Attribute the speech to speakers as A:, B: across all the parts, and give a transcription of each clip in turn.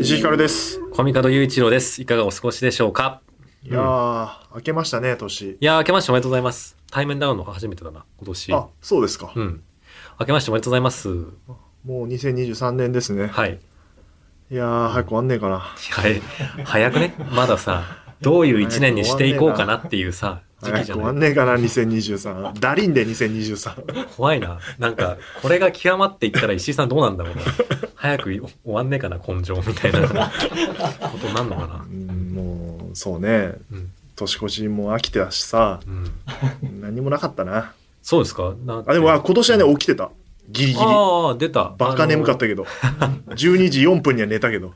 A: 石井ひかるです。
B: コミカド雄一郎です。いかがお過ごしでしょうか
A: いやー、明けましたね、年。
B: いやー、明けましておめでとうございます。対面ダウンの初めてだな、今年。
A: あ、そうですか
B: う。ん。明けましておめでとうございます。
A: もう2023年ですね。
B: はい。
A: いやー、早く終わんねえかな。
B: はい。早くね、まださ、どういう一年にしていこうかなっていうさ、時期
A: 早く
B: じゃ
A: 終わ
B: ない
A: ん。ねえかな、2023。ダリンで2023。
B: 怖いな。なんか、これが極まっていったら石井さんどうなんだろうな。早く終わんねえかな、根性みたいなことなんのかな
A: う。ん、もう、そうね。
B: うん。
A: 年越しも飽きてたしさ、
B: うん。
A: 何もなかったな。
B: そうですかな
A: あ、でも、あ今年はね、起きてた。ギリギリ。
B: ああ、出た。
A: バカ眠か
B: あ
A: っ
B: の
A: たけど。12時4分には寝たけど。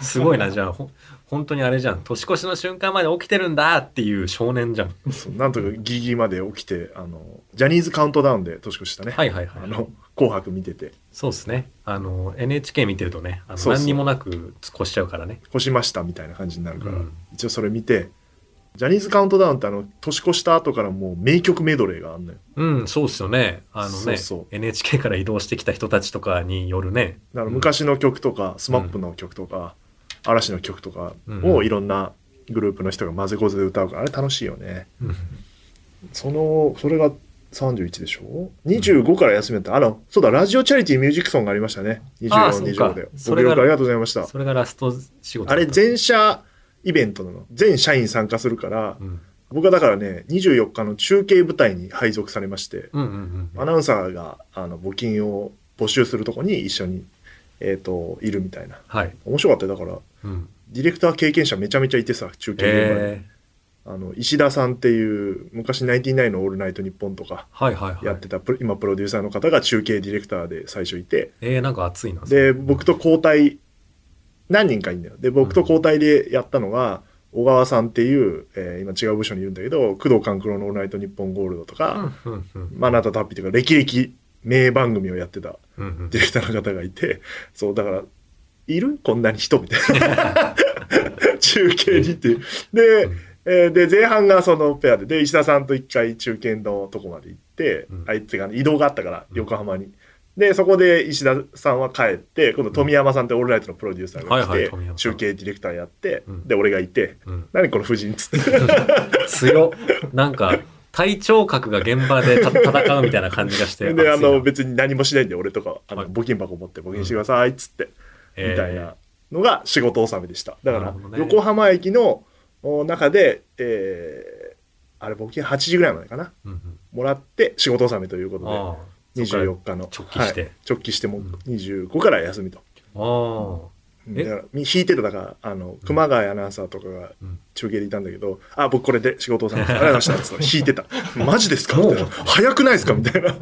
B: すごいな、じゃあ、ほ本当にあれじゃん。年越しの瞬間まで起きてるんだっていう少 年じゃん。
A: そうなんとかギリギリまで起きて、あの、ジャニーズカウントダウンで年越ししたね。
B: はいはいは
A: あ
B: い。
A: の、紅白見てて。
B: そうですね。あの、NHK 見てるとね、あの
A: そうそう
B: 何にもなく越しちゃうからね。
A: 越しましたみたいな感じになるから、
B: うん
A: 一応それ見てジャニーズカウントダウンってあの年越した後からもう名曲メドレーがあんのよ
B: うん、そうっすよね。あのね
A: そうそう
B: NHK から移動してきた人たちとかによるね。
A: だから昔の曲とか SMAP の曲とか、嵐の曲とか
B: うんう
A: を
B: ん
A: いろんなグループの人が混ぜこぜで歌うからあれ楽しいよね
B: うん
A: そのそれが31でしょ25から休みだったあのそうだラジオチャリティーミュージックソンがありましたね
B: あーそうか
A: 2425で
B: そ
A: ご
B: れ
A: 協
B: が
A: 力ありがとうございました
B: それがラスト仕事だ
A: あ
B: っ
A: れ
B: た
A: 全社イベントなの全社員参加するから
B: うん
A: 僕はだからね24日の中継部隊に配属されまして
B: うんうんうん。
A: アナウンサーがあの募金を募集するとこに一緒に、えー、といるみたいな
B: はい。
A: 面白かったよだから
B: うん。
A: ディレクター経験者めちゃめちゃいてさ中継現場に、
B: え
A: あの石田さんっていう昔ナインティナインの「オールナイトニッポン」とか
B: ー、はいはいはい。
A: やってた、プロ今プロデューサーの方が中継ディレクターで最初いて
B: えー、なんか熱いな。
A: で僕と交代何人かいんだよで僕と交代でやったのが、小川さんっていう、えー今違う部署にいるんだけど工藤官九郎の「オールナイトニッポンゴールド」と
B: う
A: か、
B: んうんうん
A: マナタタッピーとか歴々名番組をやってた
B: うんうん
A: ディレクターの方がいてそうだからいるこんなに人みたい な中継にっていうで,、えーで前半がそのペアでで石田さんと一回中堅のとこまで行って、
B: うん
A: あいつが移動があったから横浜に。でそこで石田さんは帰って今度富山さんってオールナイトのプロデューサーが来て、
B: はいはい富山さん
A: 中継ディレクターやって、
B: うん
A: で俺がいて
B: うん
A: 「何この夫人」っつって
B: 強っなんか体調格が現場でた戦うみたいな感じがして
A: であ
B: 熱いな
A: の別に何もしないんで俺とかはあの
B: はい
A: 募金箱持って募金してくださいっつって、
B: えー
A: みたいなのが仕事納めでしただか
B: な
A: ら
B: るほどね
A: 横浜駅のお中で、えーあれ募金8時ぐらいまでかな
B: うんうん
A: もらって仕事納めということ
B: ああ
A: で24日の
B: そっから直帰して
A: はい直帰してもうん25から休みと、
B: ああえ
A: だからみ引いてただからあの熊谷アナウンサーとかが
B: うん
A: 中継でいたんだけど「あ僕これで仕事納めですありがとうございました」っつって引いて た「マジですか?」みたいな
B: もう
A: 「早くないですか?」みたいな。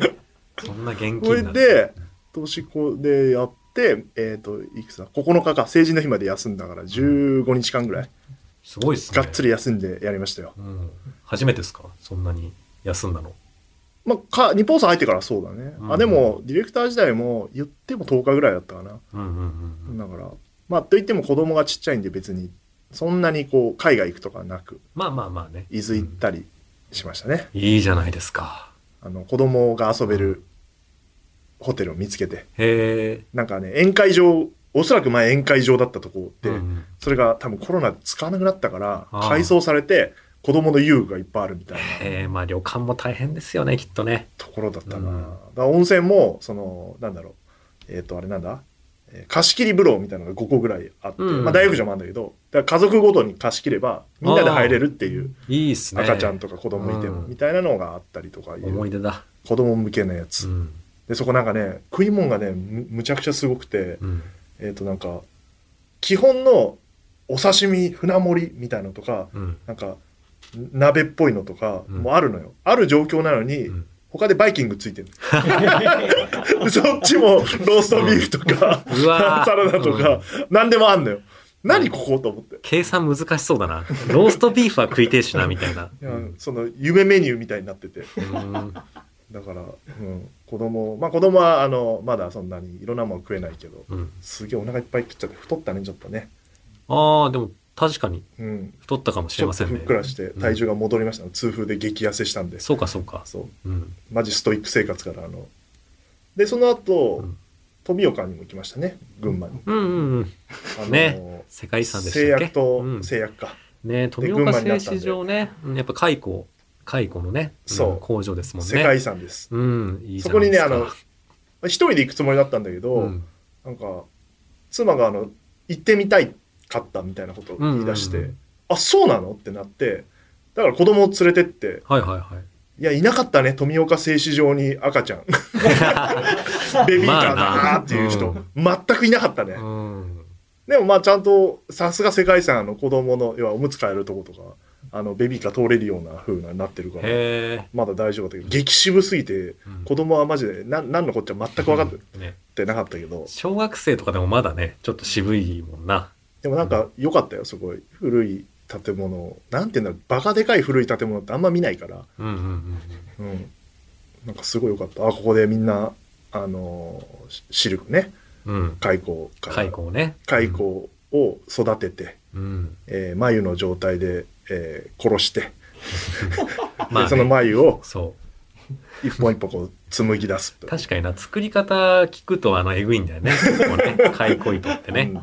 B: そんな現
A: それ
B: 金な
A: で年子でやってえっ、といくつだ9日か成人の日まで休んだから15日間ぐらい、
B: すごいっすね
A: がっつり休んでやりましたよ
B: うん、初めてですかそんなに休んだの
A: まあか日本さん入ってからそうだね、
B: うん
A: あでもディレクター時代も言っても10日ぐらいだったかな
B: うんうんうんうん
A: だからまあといっても子供がちっちゃいんで別にそんなにこう海外行くとかなく
B: まあまあまあね
A: 伊豆行ったりしましたね、
B: いいじゃないですか
A: あの子供が遊べるホテルを見つけて
B: へえ
A: なんかね宴会場おそらく前宴会場だったとこで、
B: うんうん
A: それが多分コロナで使わなくなったから
B: あー
A: 改装されて子供の遊具がいっぱいあるみたいな
B: へえまあ旅館も大変ですよねきっとね
A: ところだったな、
B: うん
A: だから温泉もそのなんだろうえっ、とあれなんだ、えー貸し切り風呂みたいなのが5個ぐらいあって、
B: うん
A: まあ、大浴場もあるんだけどだから家族ごとに貸し切ればみんなで入れるっていう
B: いいっすね
A: 赤ちゃんとか子供いても
B: うん
A: みたいなのがあったりとかいう
B: 思い出だ
A: 子供向けのやつ、
B: うん
A: でそこなんかね食い物がねむむちゃくちゃすごくて
B: うん
A: えっ、となんか基本のお刺身船盛りみたいなのとか
B: うん
A: なんか鍋っぽいのとか
B: うん
A: もあるのよ、ある状況なのに、
B: うん
A: 他でバイキングついてる そっちもローストビーフとか、
B: うわー
A: サラダと
B: う
A: か
B: ん、
A: 何でもあんのよ何ここと思って、
B: 計算難しそうだなローストビーフは食いてえしなみたいな、
A: いやその夢メニューみたいになってて
B: うん
A: だから、うん、子供まあ子供はあのまだそんなにいろんなもん食えないけど
B: うん
A: すげえお腹いっぱい食っちゃって太ったねちょっとね
B: ああ、でも確かに
A: うん、
B: 太ったかもし
A: ちょ
B: れま
A: っ
B: せ
A: と
B: ん
A: ふっ
B: ね。
A: くらして
B: うん
A: 体重が戻りました、痛風で激痩せしたんで
B: そうかそうか。
A: そう
B: うん。
A: マジストイック生活からあのでその後、
B: うん
A: 富岡にも行きましたね群馬に、
B: うんうんうん。
A: あの
B: ね世界遺産でしたっ
A: 製
B: け
A: 薬と、
B: うん、
A: 製薬か
B: ね富
A: 群馬
B: 岡
A: にな
B: 製
A: ったんで
B: 糸場ね。うんやっぱ蚕、蚕のね、ん
A: そう
B: 工場ですもんね。
A: 世界遺産です
B: うん、いいじ
A: そ
B: ゃな
A: こ
B: い
A: に
B: で
A: ね
B: す
A: あ
B: か。
A: の一人で行くつもりだったんだけど、
B: うん、
A: なんか妻があの行ってみたいかったみたいなことを言い出して、
B: うんうんうん
A: あそうなのってなってだから子供を連れてって
B: はいはいはい。
A: いやいなかったね富岡製糸場に赤ちゃん ベビーカーだなーっていう人、
B: ま
A: 全くいなかったね、
B: うん
A: でもまあちゃんとさすが世界遺産あの子供の要はおむつ替えるとことかあのベビーカー通れるような風になってるから
B: へえ。
A: まだ大丈夫だったけど激渋すぎて
B: うん
A: 子供はマジでな何のこっちゃ全く分かっ
B: うんね。
A: てなかったけど、
B: 小学生とかでもまだね、ちょっと渋いもんな。
A: でもなんか良かったよすごい古い建物なんていうんだろうバカでかい古い建物ってあんま見ないから、
B: うんうんうんうん。
A: うん、なんかすごい良かったあここでみんなあのーシシルクね
B: うん。
A: 蚕から
B: 蚕をね。
A: 蚕を育てて、
B: うん。
A: えー繭の状態で、えー殺して、
B: まあ
A: でその
B: ね、
A: 繭を
B: そ
A: 一本一本こう紡ぎ出す
B: う。確かにな、作り方聞くとあの、えぐいんだよね。こうね 蚕糸ってね。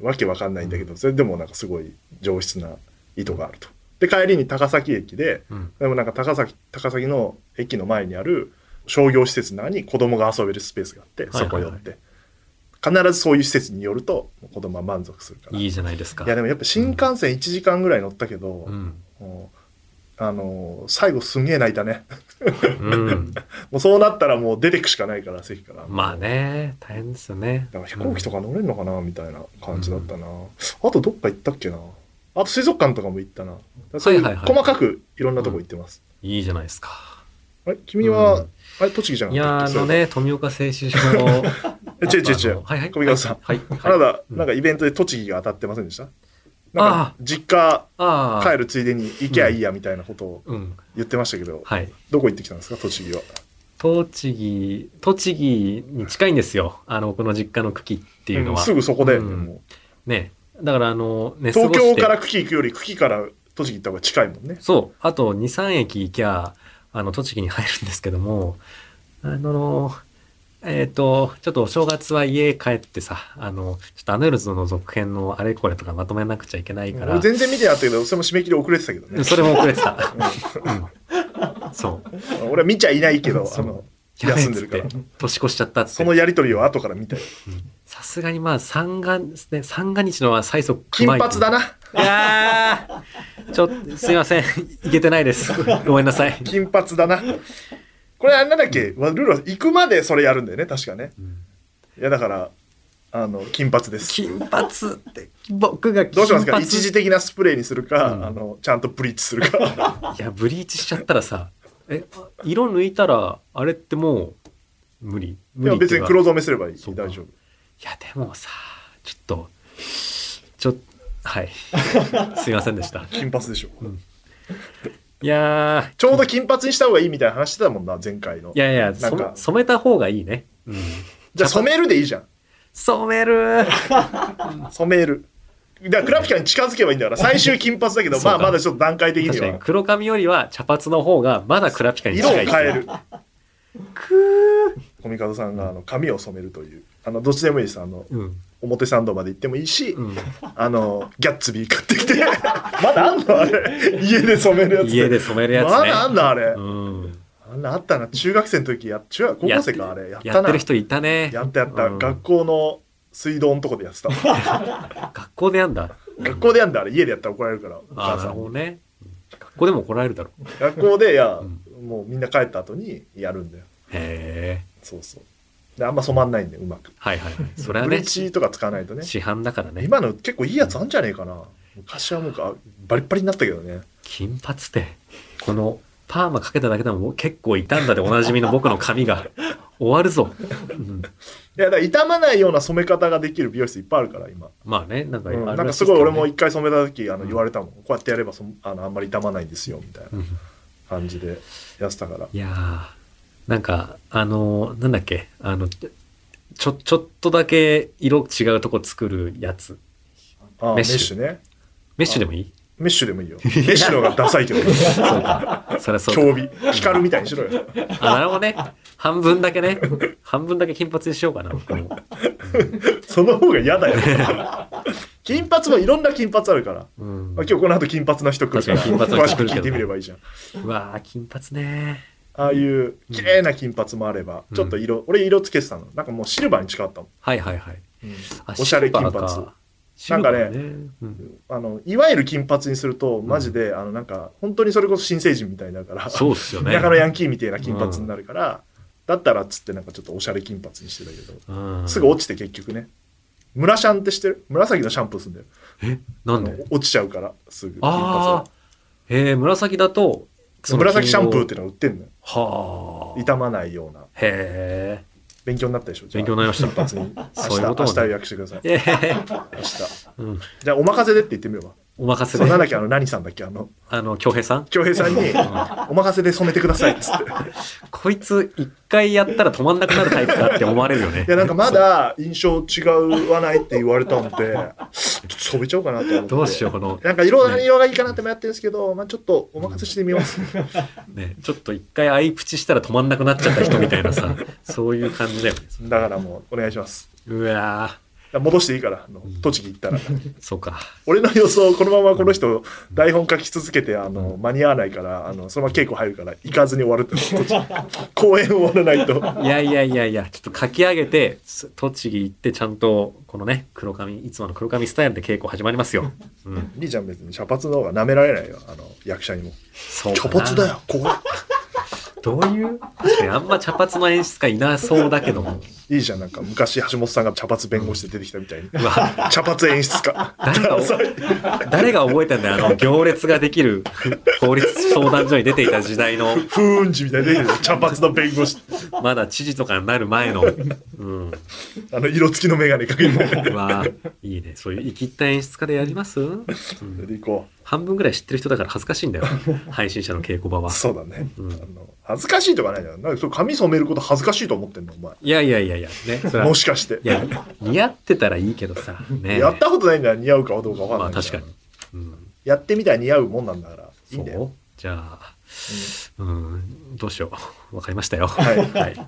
A: わけわかんないんだけどそれでもなんかすごい上質な意図があると。で帰りに高崎駅で
B: うん。うん
A: でもなんか高崎高崎の駅の前にある商業施設の中に子供が遊べるスペースがあって
B: はい
A: そこ
B: はい
A: 寄
B: はい
A: って、必ずそういう施設に寄ると子供は満足するから
B: いいじゃないですか。
A: いやでもやっぱ新幹線1時間ぐらい乗ったけど、
B: うん。
A: もうあのー最後すんげえ泣いたね
B: うん。
A: もうそうなったらもう出てくしかないから席から
B: まあね、大変ですよね。
A: だから飛行機とか乗れるのかなみたいな感じだったな、あとどっか行ったっけなあと水族館とかも行ったなだからそういう
B: はいはいはい
A: 細かくいろんなとこ行ってます、
B: いいじゃないですか。
A: あれ君は、
B: うん
A: あれ栃木じゃ
B: い
A: な
B: や
A: か
B: ー
A: った
B: あ
A: っけ
B: のね、富岡製糸 場の。
A: それえ違う違う違
B: あ
A: う
B: のはいはい。
A: 小見川さん
B: はい。
A: あな
B: はい、
A: た、
B: うん
A: なんかイベントで栃木が当たってませんでしたなんか実家
B: ああ。
A: 帰るついでに行けばいいやみたいなことを
B: うん。
A: 言ってましたけど、
B: はい。
A: どこ行ってきたんですか栃木は
B: 栃木、栃木に近いんですよ。あの、僕の実家の茎っていうの
A: うん
B: は。
A: すぐそこだよね、
B: うん
A: もう
B: ね。だから、あの、ね、
A: 東
B: 過ごし
A: 京
B: て
A: から茎行くより茎から栃木行った方が近いもんね
B: そう。あと、2、3駅行きゃ、あの、栃木に入るんですけども、あの、えっ、と、ちょっとお正月は家帰ってさ、あの、ちょっとアヌルズの続編のあれこれとかまとめなくちゃいけないから。
A: 俺全然見てなかったけどそれも締め切り遅れてたけどね
B: それも遅 れてた。うんそう。
A: 俺は見ちゃいないけど
B: そ
A: あ
B: う
A: の
B: やべえ
A: 休
B: っ
A: んで
B: つっ
A: るから
B: て、年越しちゃったっつって
A: その。やり取りは後から見た よ
B: うんさすがにまあ、三が、ですね、三が日のは最速
A: 金髪だ
B: な。
A: ない
B: やーちょっと、すいま せん。いけてないです。ごめんなさい。
A: 金髪だなこれあれなんだっけわルールは行くまでそれやるんだよね確かね
B: うん
A: いやだからあの金髪です
B: 金髪って、僕が金髪
A: どうしますか一時的なスプレーにするか、
B: うん
A: あのちゃんとブリーチするか
B: いや、ブリーチしちゃったらさ、え、色抜いたら、あれってもう、無
A: で
B: 理。無
A: も
B: 理って
A: 別
B: いう
A: に
B: か
A: 黒染めすればいい
B: そ
A: 大
B: うか
A: 丈夫
B: いや、でもさ、ちょっと、ちょっと、 はい。すいませんでした。
A: 金髪でしょ
B: いや
A: ちょうど金髪にした方がいいみたいな話してたもんな前回の
B: ーいやいや、
A: なんか
B: 染染めた方がいいね。うん、
A: じゃあ染めるでいいじゃん
B: 染める
A: 染める。だからクラピカに近づけばいいんだから、最終金髪だけど、
B: そう
A: ま
B: か
A: あまだちょっと段階的に
B: 確かに
A: は。
B: 黒髪よりは茶髪の方がまだクラピカに
A: 色を
B: 近
A: 変
B: い。
A: え る。
B: く
A: コミカドさんがあの髪を染めるという。あの、どっちでもいいです。あの、
B: ーうん。
A: 表参道まで行ってもいいし、
B: うん。
A: あの、ギャッツビー買ってきて。 まだあんのあれ。 家で染めるやつ。
B: 家で染めるやつね。
A: まだあんのあれ。
B: うん。
A: あんなあったな。中学生の時や、中学、高校生か、あれ。やっ
B: や
A: た
B: って
A: な
B: る。人いたね。
A: やったやった。
B: うん
A: 学校の水道のとこでやってたもん。
B: 学校でやんだ。
A: 学校でやんだ、あれ。家でやったら怒られるから、お
B: ああ、
A: 母
B: な
A: さ
B: る
A: ん
B: ほど
A: に。
B: ね。学校でも怒られるだろう。
A: 学校で、いや
B: う、
A: もうみんな帰った後にやるんだよ。
B: へえ。
A: そうそう。で、あんま染まんないんで、うまく。
B: はいはいはい。それは
A: ブリ
B: ね
A: ー、チとか使わないとね。
B: 市販だからね。
A: 今の結構いいやつあんじゃねえかな。昔はもうかバリッバリになったけどね。
B: 金髪って、このパーマかけただけでも結構傷んだでおなじみの僕の髪が終わるぞ。うん
A: いや、だから傷まないような染め方ができる美容室いっぱいあるから、今。
B: まあね、なんか、
A: うんな
B: ある
A: ん
B: ら
A: か
B: し
A: す
B: です
A: ごい
B: けど
A: 俺
B: ね
A: も一回染めた時、あ
B: う
A: の、
B: ん
A: 言われたもん。こうやってやればそん、あの、あんまり傷まないんですよ、みたいな
B: うん
A: 感じでやってたから。
B: いやー、なんか、あのーなんだっけ、あの、ちょ、ちょっとだけ色違うとこ作るやつ。
A: ああ、メ
B: メ
A: ッ
B: ッシュ
A: シュね。
B: メッシュでもいい
A: メッシュでもい いよ。メッシュの方がダサいけど、
B: そり ゃそうだ
A: 競技。光るみたいにしろよ。
B: あ、なるほどね。半分だけね。半分だけ金髪にしようかな。僕も
A: その方が嫌 だよ。金髪もいろんな金髪あるから。
B: うん
A: まあ、今日この後金髪な人来るから、
B: 確かに金髪な
A: 詳
B: 人
A: し
B: 来
A: く
B: るけ
A: 聞
B: ど
A: いてみればいいじゃん。
B: うわあ金髪ね。
A: ああいう綺麗な金髪もあれば、
B: うん
A: ちょっと色、俺色つけてたの。なんかもうシルバーに近かったもん。
B: はいはいはい。あ
A: おしゃれ
B: シルバー
A: 金髪
B: シルバー
A: なん
B: ね。うん
A: あの、いわゆる金髪にすると、マジで、あの、なんか、本当にそれこそ新成人みたいだから、
B: そうっすよね。
A: 田舎のヤンキーみたいな金髪になるから、だったらっつってなんかちょっとおしゃれ金髪にしてたけど、
B: うん
A: すぐ落ちて結局ね。村シャンって知ってる紫のシャンプーすんだよ。
B: なんで
A: 落ちちゃうから、すぐ金髪
B: あ
A: は
B: あ。へえ、紫だと、その
A: 紫シャンプーっ
B: 金
A: ていうのが売ってんのよ。
B: 色を。はあ。
A: 傷まないような。
B: へえ。
A: 勉強になったでしょじゃあ
B: 勉強になりました
A: 金髪に。明
B: そういうこ
A: 日、明
B: とね
A: 日予約してください。
B: えー
A: 明日。
B: うん
A: じゃあ、お任せでって言ってみれば。
B: お任せ
A: そう、なんだ
B: で。
A: っけ、あの、何さんだっけ、あの、
B: あの、京平さん
A: 京平さんに、 お任せで染めてください っつって。
B: こいつ一回やったら止まんなくなるタイプだって思われるよね
A: い。やなんかまだ印象違うわないって言われたんで、ちょっと染めちゃおうかなと思って。
B: どうしよう、この、
A: なんか色が色がいいかなって迷ってるんですけど、まあちょっとお任せしてみます。
B: ね、ちょっと一回相プチしたら止まんなくなっちゃった人みたいなさ、そういう感じだよね。
A: だからもうお願いします。
B: うわ
A: だから戻していいから、あの栃木行ったら。
B: ーそうか。
A: 俺の予想、このままこの人、台本書き続けて、あの、間に合わないから、あの、そのまま稽古入るから、行かずに終わるって。栃 木公演終わらないと。
B: いやいやいやいや、ちょっと書き上げて、す栃木行ってちゃんと、このね、黒髪、いつもの黒髪スタイルで稽古始まりますよ。うん。
A: りーちゃん別に茶髪の方が舐められないよ、あの、役者にも。
B: そう
A: 茶
B: かな
A: 髪だよ、怖い。
B: どういう確かにあんま茶髪の演出家いなそうだけども。
A: いいじゃん、なんか昔橋本さんが茶髪弁護士で出てきたみたい に。
B: うわ、
A: 茶髪演出家。
B: 誰が、誰が覚えたんだよ、あの、行列ができる法律相談所に出ていた時代の。
A: 風雲児みたいな出てきた茶髪の弁護士。
B: まだ知事とかになる前の。うん。
A: あの、色付きの眼鏡かけて。
B: わあ、いいね。そういう生きった演出家でやります、うん
A: それで行こ
B: 半分ぐらい知ってる人だから恥ずかしいんだよ。配信者の稽古場は
A: う。。そうだね。
B: うん
A: あの恥ずかしいとかないじゃん。なんかそう髪染めること恥ずかしいと思ってんの、お前。
B: いやいやいやいや、ね。それは
A: も
B: い
A: しかして。
B: や、似合ってたらいいけどさ。ね。
A: やったことないんだら似合うかどうかわ
B: ま
A: か
B: あ
A: んない
B: 確
A: じ
B: か
A: ゃん。
B: に。うん。
A: やってみたら似合うもんなんだから。いい
B: そ
A: んだよ。
B: うじゃあ、うん、どうしよう。わかりましたよ。
A: はい
B: はい。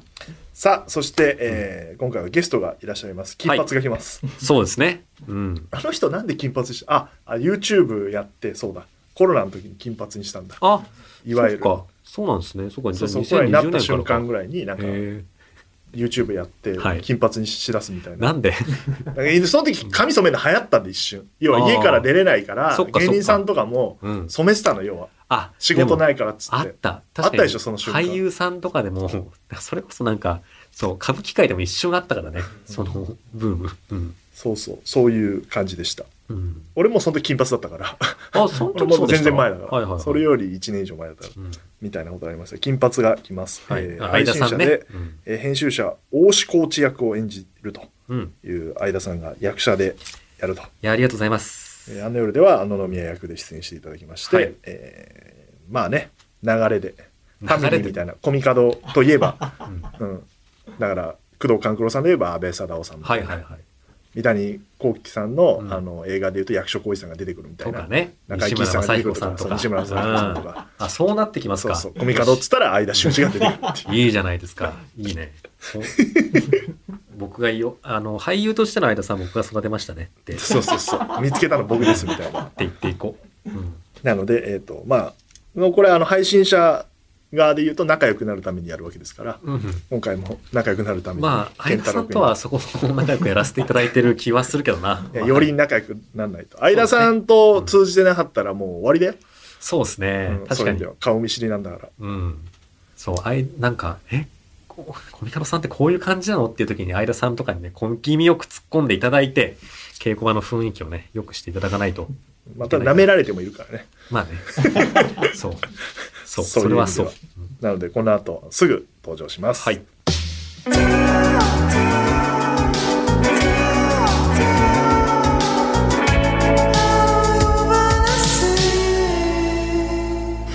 A: さあ、そして、えー今回はゲストがいらっしゃいます。金髪が来ます。
B: そうですね。うん。
A: あの人なんで金髪にしたああ、YouTube やって、そうだ。コロナの時に金髪にしたんだ。
B: あ、
A: いわゆる。
B: そっか。そうなんですね。そうか。じ
A: そ
B: ゃ
A: う
B: あ
A: そう、コロナになっ
B: 2020
A: た
B: 年
A: 瞬
B: から
A: 間
B: か。
A: ぐらいになんか
B: へ
A: YouTube やって
B: はい
A: 金髪にしだすみたい
B: え。
A: な。
B: なんで
A: なんかその時髪染めるの流行ったんで一瞬。要は
B: あー
A: 家から出れないから
B: そっ、か
A: 芸人さんとかも
B: うん。
A: 染めてたの、要は。
B: あ、
A: 仕事
B: い。
A: ないからっつ
B: あ
A: っ。
B: ってた。
A: あったでしょ、
B: 確かに
A: その瞬
B: 俳
A: 間。
B: 優さんとかでも、それこそなんか、そう、歌舞伎界でも一瞬あったからね。そのブーム。うん。
A: そうそう、そういう感じでした。
B: うん。
A: 俺もその時金髪だった から。
B: あ、その
A: 俺
B: 時そ
A: も
B: うで
A: 全
B: した
A: 然前だか
B: はいはいは
A: ら。
B: い。
A: それより1年以上前だったら。
B: うん
A: みたいなことがありました。金髪が来ます。
B: はい。
A: えー
B: あ
A: 配
B: 相
A: 信
B: 田さ
A: 者
B: んね
A: で、。えー編集者、大志コーチ役を演じると
B: うんうん。
A: いう相田さんが役者でやると。
B: いや、ありがとうございます。
A: えーあの夜ではあの宮役で出演していただきまして、
B: はい
A: えーまあね流れでファミ
B: 流れ
A: リ
B: で
A: ーみたいなコミカドといえ ば、
B: うん
A: うん、だから工藤官九郎さんで言えば安倍貞夫さんみた
B: はいい
A: な、
B: はいはい。
A: 三谷幸喜さんの,、
B: うん
A: あの映画で言うと役所広司さんが出てくるみた
B: と
A: い
B: か
A: な、
B: ね。
A: 中井
B: 西
A: 貴一
B: 村
A: さんが
B: 正
A: 出てく
B: 彦
A: る
B: さ
A: とか
B: んと
A: そう
B: か。
A: 西村正彦さんと
B: うん
A: か、
B: あ、そうなってきます
A: そう
B: か。
A: そうコミカドっつったら相田周二が出てくるっていう。
B: いいじゃないですか。いいね。そう 僕がよ、あの、俳優としての相田さん僕が育てましたねって、って
A: そうそうそう見つけたの僕ですみたいな
B: 言っていこう。うん。
A: なのでえっ、とまあもうこれあの配信者側で言うと仲良くなるためにやるわけですから
B: うん。
A: 今回も仲良くなるために
B: まあ、相田さん
A: 君
B: とはそこも仲良くやらせていただいてる気はするけどな。
A: いや
B: まあ
A: より仲良くならないと相田さんと通じてなかったらもう終わりだよ、
B: そうですね
A: う。ん
B: 確
A: そういう意味
B: かに
A: で。は顔見知りなんだから
B: うん。そう、あい、なんか、えこコミカドさんってこういう感じなのっていう時に、相田さんとかにね、小気味よく突っ込んでいただいて、稽古場の雰囲気をね、良くしていただかないと。
A: また舐められてもいるからね
B: まあね。 そう。そう、
A: そう
B: そ
A: いう意味で
B: れ
A: は
B: はそう。
A: なのでこの後すぐ登場します、
B: はい。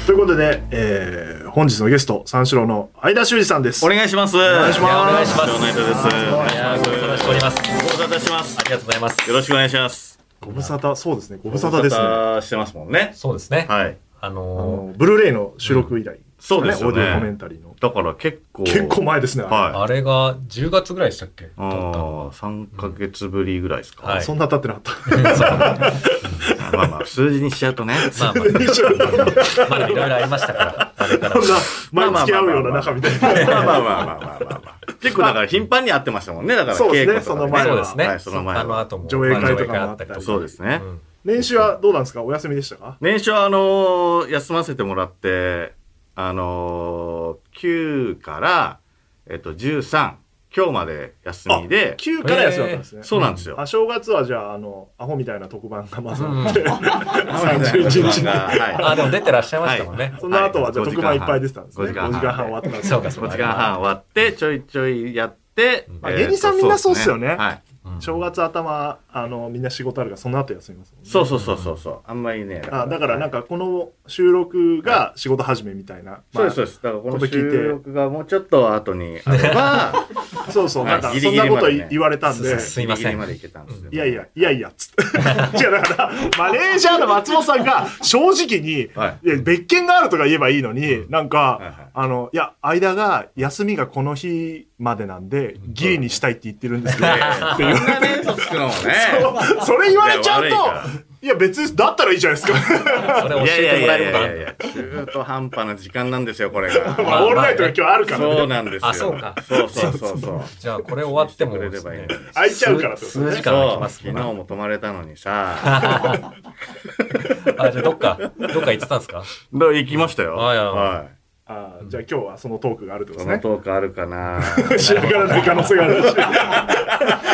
A: ということで、えー本日のゲスト三四郎の相田修二さんです
C: お願いします。お
A: 願いします
C: お願いします。
A: お願いします
C: お願いします
B: いやーご無沙汰しております。
C: ご無沙汰してます
B: あ。りがとうございます。
C: よろしくお願いします。
A: ご無沙汰、そうですね。ご無沙汰ですね。
C: ご
A: あ
C: 無沙汰してますもんね。
B: そうですね。
C: はい。
B: あの
A: の、ブルーレイの収録以来、
C: そうですよね
A: オーディオコメンタリーの。
C: だから結構。
A: 結構前ですね。あれ
C: はい
B: ー、あれが10月ぐらいでしたっけ
C: ああ、3ヶ月ぶりぐらいですか。
B: はい
A: そんな経ってなかった。
C: まあまあ、数字にしちゃうとね。
B: まあまあ、 まだいろいろありましたから、あれから。
A: 毎月会うような仲みたい
C: まあ
A: な。
C: まあまあまあまあまあまあまあ。結構だから頻繁に会ってましたもんね。だから
A: そうですね
C: 稽古とか
A: その 前
B: そう
A: は
B: ですね。
C: はいその前は
B: あの後も。
A: 上映会とかもあったり
B: まあ上映会
C: そうですね。
B: うん
A: 練習はどうなんですかお休みでしたか
C: 年初はあのー休ませてもらって、あのー、9から、えっと、13、今日まで休みで、
A: ?9 から休みだったんですね。
C: そうなんですよ。
A: あ正月はじゃあ、あの、アホみたいな特番がまず
B: うん
A: あって、31日に。
C: は
B: あ、でも出てらっしゃいましたもんね。
A: その後はじゃあ特番いっぱい出てたんですね。5
C: 5時
A: 時
C: 間半
A: 間半終わったんですね
B: そうか
C: い。
B: そう
C: 5
B: か
C: 時間半終わって、ちょいちょいやって
B: うん、
A: まあ
C: えーと
A: 芸人さんみんなそうっすよね
C: は
B: う
C: い。
B: ん
A: 正月頭、あの、みんな仕事あるから、その後休みますもんね
C: そうそうそうそうそう。あんまりね。
A: あだからなんかこの収録が仕事始めみたいな、ま
C: そう
A: あ
C: です、そうです。だからこの
A: こと聞いて
C: 収録がもうちょっと後にあれば、
A: そうそう
C: はい
A: なんか
C: ギ
A: そ
C: リ
A: ん
C: ギリ
A: なこと
C: までね
A: い言われたん
B: そうそ
A: で
B: うすいません
C: ギリギリまで行けたんですよ。
A: いやいやいやいやっつって違うだからマネージャーの松本さんが正直に、、
C: はい
A: や別件があるとか言えばいいのになんか、
C: いはい
A: あのいや間が休みがこの日までなんでギリにしたいって言ってるんですけど、
C: そんなね、嘘つくのもね。
A: それ言われちゃうと
C: いや悪いか
A: いや別にだったらいいじゃないです か
B: それ教
C: いやい
B: え
C: や
B: て
C: い
B: もら
C: や
B: え
C: い
B: るのか
C: やいや、中途半端な時間なんですよ、これが。
A: ま あオールナイトが今日あるから、ね
C: そうなんですよ。
B: あそうか
C: そうそうそうそう。
B: じゃあこれ終わっても
C: してくれ
B: で
C: れ
B: す
C: ばいい
B: ね
C: のに。
A: 空いちゃうからってこと
B: 数
A: ね
B: 時間空
C: そ
B: き
C: う、
B: ます
C: 昨
B: も
C: 日
B: んね
C: も泊まれたのにさ。
B: あ、じゃあどっか、どっか行ってたんですか
C: どう行きましたよ。
B: はいはい
C: はい。
A: あーじゃあ今日はそのトークがあるってこと
C: そ
A: です
C: の
A: ね。
C: トークあるかな。
A: 仕上がらない可能性があ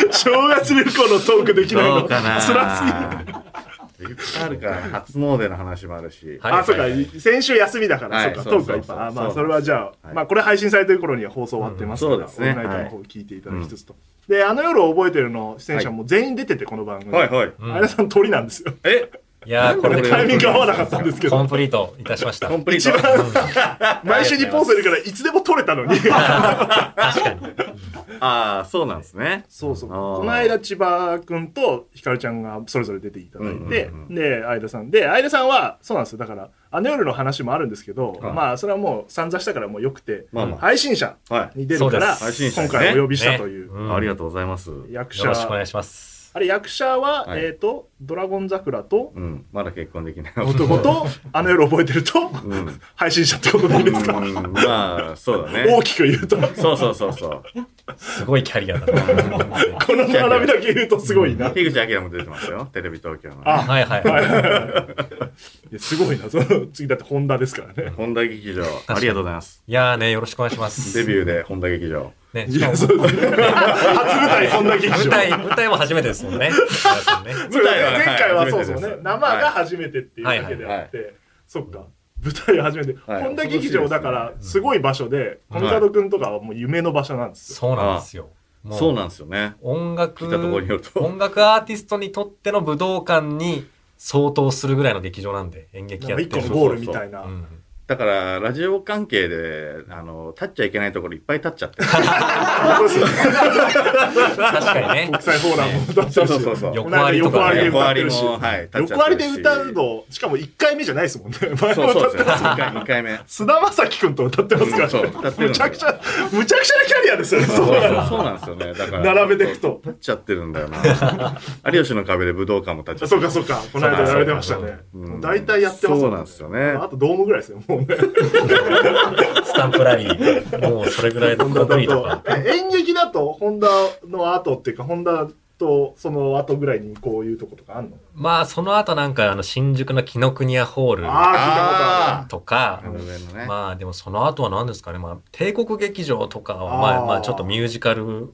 A: る し。正月旅行のトークできない
C: ど
A: の
C: うかな。
A: 辛すぎる。
C: いっぱいあるから、初詣の話もあるし。
B: はい
A: あ、そうか、先週休みだから、
C: はい
A: そうか、
C: そ
A: ト
C: う
A: ークがいっ
C: そう
A: ぱい。あ
C: そう
A: まあ、
C: そう
A: それはじゃあ、
C: はい
A: まあ、これ配信されてる頃には放送終わってますから、
C: うんそうですね
A: オールナイトの方聞いていただきつつと。で、あの夜を覚えてるの出演者も全員出てて、この番組。
C: はいはい。
B: うん
A: あれさん鳥なんですよ。
C: え
B: いやーこれで
A: タイミング合わなかったんですけ
B: コ
A: ど
B: ン、プリートいたしました
C: コ。ンプリート。
A: 毎週日本するからいつでも撮れたの に。
B: 確かに。
C: ああ、そうなんですね。
A: そうそう。
C: あー
A: この間、千葉くんとひかるちゃんがそれぞれ出ていただいて、
C: うんうん
A: で、相田さん。で、相田さんは、そうなんですよ。だから、あの夜の話もあるんですけど、
C: はい
A: まあ、それはもう散々したからもう良くて、
C: まあまあ
A: 配信者
C: はい。
A: に出るから、
B: そう
C: です配信者ね
A: 今回お呼びしたという。
B: ん
C: ありがとうございます。う
A: 役
B: よ
A: 者
B: ろ。しくお願いします。
A: あれ、役者は、
C: はい
A: えっ、と、ドラゴン桜と、
C: ん。まだ結婚できない。
A: 男と、あの夜覚えてると、
C: うん。うん
A: 配信者ってことでいいですか、
C: まあ、そうだね
A: 大。きく言うと、こ
C: そうそうそうそう。
B: すごいキャリアだな。
A: の並びだけ言うとすごいな。
C: 樋口明も出てますよ。テレビ東京の。
A: あ
B: はいは い。
A: いやすごいな。その次だってホンダですからね。
C: 本田劇場、ありがとうございます。
B: いやーね、よろしくお願いします。
C: デビューで本田劇場。
B: ね、
A: いや、そうですね。初舞台ホンダ劇場。
B: 舞台、舞台も初めてです もんね。
A: 舞台は
C: はい
A: 前回はそうそう
C: 初めて
A: ね
C: です
A: 生が初めてっていうだけであって、そっか舞台は初めて、
C: はい
A: 本田劇場だからすごい場所で
C: うん
A: 富門君とかはもう夢の場所なんですよ、
B: そうなんですよ。も
C: そうなんですよね。
B: 音楽
C: 聞いたところによると
B: 音楽アーティストにとっての武道館に相当するぐらいの劇場なんで演劇
A: な
B: や
A: ん
B: っ
A: か
B: て
A: 一
B: る
A: 個の
C: そう
A: ゴールみたいな、
B: うん
C: だから、ラジオ関係で、あの、立っちゃいけないところいっぱい立っちゃって。
A: そうそう
B: 確かにね
A: 国際フォーラムも歌って
C: そう
A: る
C: そう
A: し
C: そうそう。
B: よ
A: この間横割りで歌
C: 横
A: って
C: 割り
A: るし
C: も、はい。立っちゃ
A: 横割り
C: ってる
A: で
C: し
A: 歌う。のしかも1回目じゃないですもんね前
C: そ
A: も
C: う
A: 歌
C: そう
A: っ
C: そ
A: て
C: う。
A: ます
C: 2回二回目。
A: 菅田将暉君と歌ってますから、ね
C: うんそう歌ってるん
A: む
C: です
A: ち
C: よ
A: ゃくちゃむちゃくちゃなキャリアですよね
C: そう
A: そう
C: そうなんですよね。だから。
A: 並べていくと
C: 立っちゃってるんだよな。有吉の壁で武道館も立っちゃって
A: そう
C: る。
A: かそうかこの間やられてましたね
C: うん
A: 大体やってますも
C: そ
A: ん
C: うなんですよね。
A: あとドームぐらいですよもうね
B: スタンプラリーもうそれぐらいのコンプリー トが
A: 演劇だとホンダの後っていうかホンダとその後ぐらいにこういうとことかあんの
B: まあその後なんかあの新宿の紀ノ国屋ホール
A: あ
B: とか
C: あの上のね。
B: まあでもその後は何ですかねまあ帝国劇場とかは
A: あー
B: まあまあちょっとミュージカル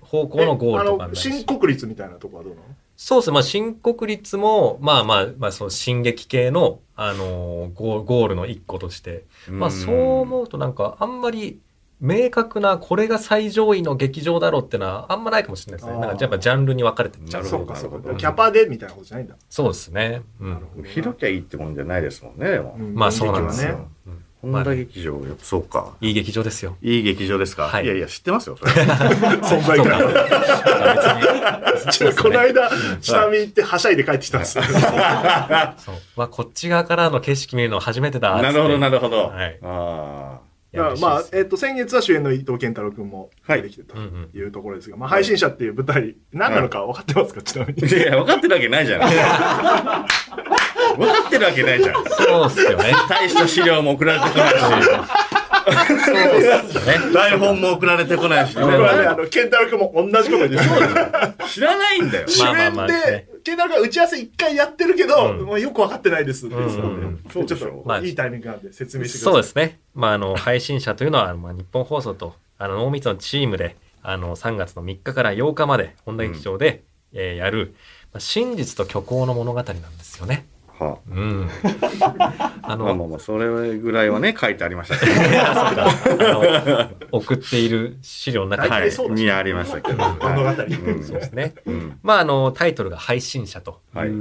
B: 方
A: 聞い
B: 向
A: たこと
B: のゴ
A: あ
B: ー
A: るあ
B: ルとかに
A: の
B: なるし
A: 新国立みたいなとこはどうなの
B: そうですね。まあ、新国立も、まあまあ、まあ、その進撃系の、あのーゴー、ゴールの一個として。まあ、そう思うとなんか、あんまり、明確な、これが最上位の劇場だろうってのは、あんまないかもしれないです
A: あ
B: ね。
A: ー
B: なんか、やっぱジャンルに分かれてっちゃ
C: な
B: う。
C: る
A: そ
C: ほど
A: うかそう
C: なるほ
A: か
C: ど
A: キャパでみたいなことじゃないんだ
B: そうですね。う
A: なる
B: ん。
A: ほどな
C: 広きゃいいってもんじゃないですもんね、でも。
A: うん
B: まあ、そうなんです
A: 演劇は
B: よ
A: ね。
B: うん
C: 本田劇場、やっぱそうか。
B: いい劇場 ですよ。
C: いい劇場ですか、
B: はい
C: い、やいや、知ってますよ、それは
A: 存在
B: そう
A: 感。
B: か別に
A: ち ょっとこの間、下見行ってはしゃいで帰ってきたん ですよ。
B: そう。わ、こっち側からの景色見るの初めてだっつって。
C: なるほど、なるほど。
B: はい
C: あ
B: いや
A: だからまあ
B: 嬉しい、
A: えっと、先月は主演の伊藤健太郎君も出てきてと
B: うんうん
A: いうところですが、まあ、配信者っていう舞台、何なのか分かってますか、ちなみ
C: あ。
A: に。
C: いやいや、分かってるわけないじゃない。分かってるわけないじゃん。
B: そうっすよ ね。
C: 大した資料も送られてこないし、
B: そうっすよね。
C: 台本も送られてこないし、
B: ん
A: 僕はね、あの、健太郎君も同じこと言ってる
C: 知らないんだよ。
A: 主
B: まあまあ
A: 演
B: まあ
A: で、健太郎君は打ち合わせ一回やってるけど、
B: うん
A: もうよく分かってないですって言ってた
B: うんうんうんん
A: で、
C: そう
A: ち
C: で
A: ょっ
C: しょ
A: と、
B: まあ
A: いいタイミングなんで説明してください。
B: そうですね。まあ、あの、配信者というのは、まあ、日本放送と、あの、大光のチームで、あの、3月の3日から8日まで、本田劇場で、えーやる、まあ、真実と虚構の物語なんですよね。
C: は
B: うん。あ
C: あ、まあまあ
B: の、
C: まあ、それぐらいはね、書いてありましたけど。
B: あの送っている資料の中に、
A: は
C: はいい
A: そうだ、
C: にありましたけど。
A: 物語
C: うん
B: そうですね。
C: うん
B: まあ、あの、タイトルが配信者とい
C: はいう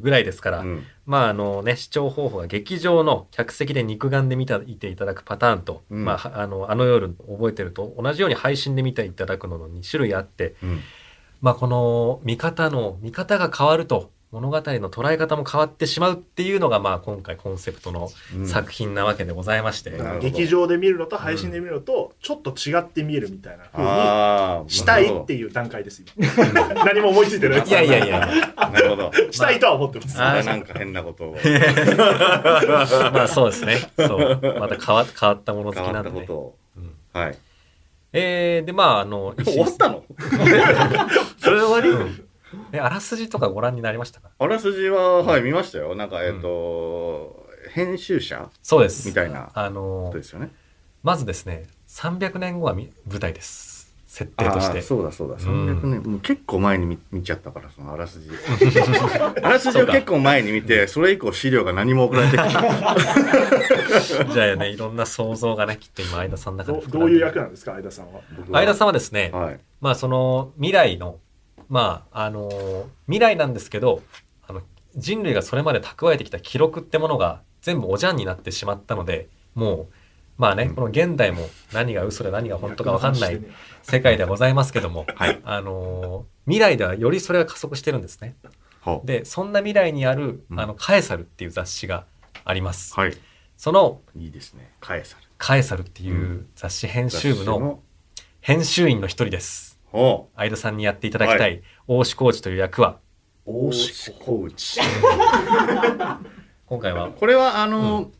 B: ぐらいですから、
C: うん
B: まああのね、視聴方法が劇場の客席で肉眼で見ていていただくパターンと、
C: うん
B: まあは、あのあの夜覚えてると同じように配信で見ていただくのの2種類あって、
C: うん
B: まあ、この見方の見方が変わると物語の捉え方も変わってしまうっていうのが、まあ、今回コンセプトの
C: うん
B: 作品なわけでございまして、
A: だから
C: なるほど
A: 劇場で見るのと配信で見るのと、ちょっと違って見えるみたいな風に
C: ああ、
A: したいっていう段階です、今。 何も思いついてない。
B: いやいやい。や、
C: なるほど。
A: したいとは思ってます。
B: あ
C: ま
B: ー
C: だなんか変なこと を、
B: まあそうですね。そう。また変わ変わったもの好き
C: 変わ
B: な
C: っ
B: んで
C: た
B: ね、
C: ことを。
B: うん
C: はい。
B: えー、で、まあ、あの、
C: 終わったの
B: それ終わり、えあらすじとかご覧になりましたか
C: あらすじは、はい、見ましたよ。なんか、えっと、編集者
B: そうです。
C: みたいな
B: あ
C: こ
B: の
C: とですよね。
B: まずですね、300年後はみ舞台です。設定
C: あ
B: とし
C: あ
B: て。
C: そうだそうだ
B: うん
C: 300年、もう結構前に見見ちゃったからそのあ らすじあらすじを結構前に見てそれ以降資料が何も送られてきて
B: じゃあね、いろんな想像がね、きっと今、相田さんの中で
A: ど
B: 膨らんで
A: どういう役なんですか、相田さんは。
B: 相田さん
C: ん
B: はですね、
C: はい
B: まあその未来の、まああのー未来なんですけど、あの人類がそれまで蓄えてきた記録ってものが全部おじゃんになってしまったので、もう、まあね、
C: うん
B: この現代も何が嘘で何が本当かわかんない
A: 役の話してね
B: 世界ではございますけども、
C: はい
B: あのー未来ではよりそれが加速してるんですね。
C: ほう
B: で、そんな未来にある、
C: うん
B: あの、カエサルっていう雑誌があります。
C: はい
B: その、
C: いいですねカエサル
B: カエサルっていう雑誌編集部
C: 雑誌
B: の編集員の一人です。
C: ほう
B: 相田さんにやっていただきた、
C: はい
B: 大志浩二という役は、
A: 大
C: 大
A: 志
C: 志コーチ
B: 今回は、
C: これはあの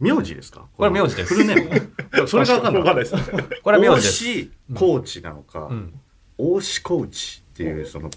C: 名字ですか
B: これは名字です
C: フルネームそれがわかんない
A: わかんないです。
B: これは名字で
C: 大
B: す。
C: 志コーチなのか
B: うん。
C: 大志コーチっていうその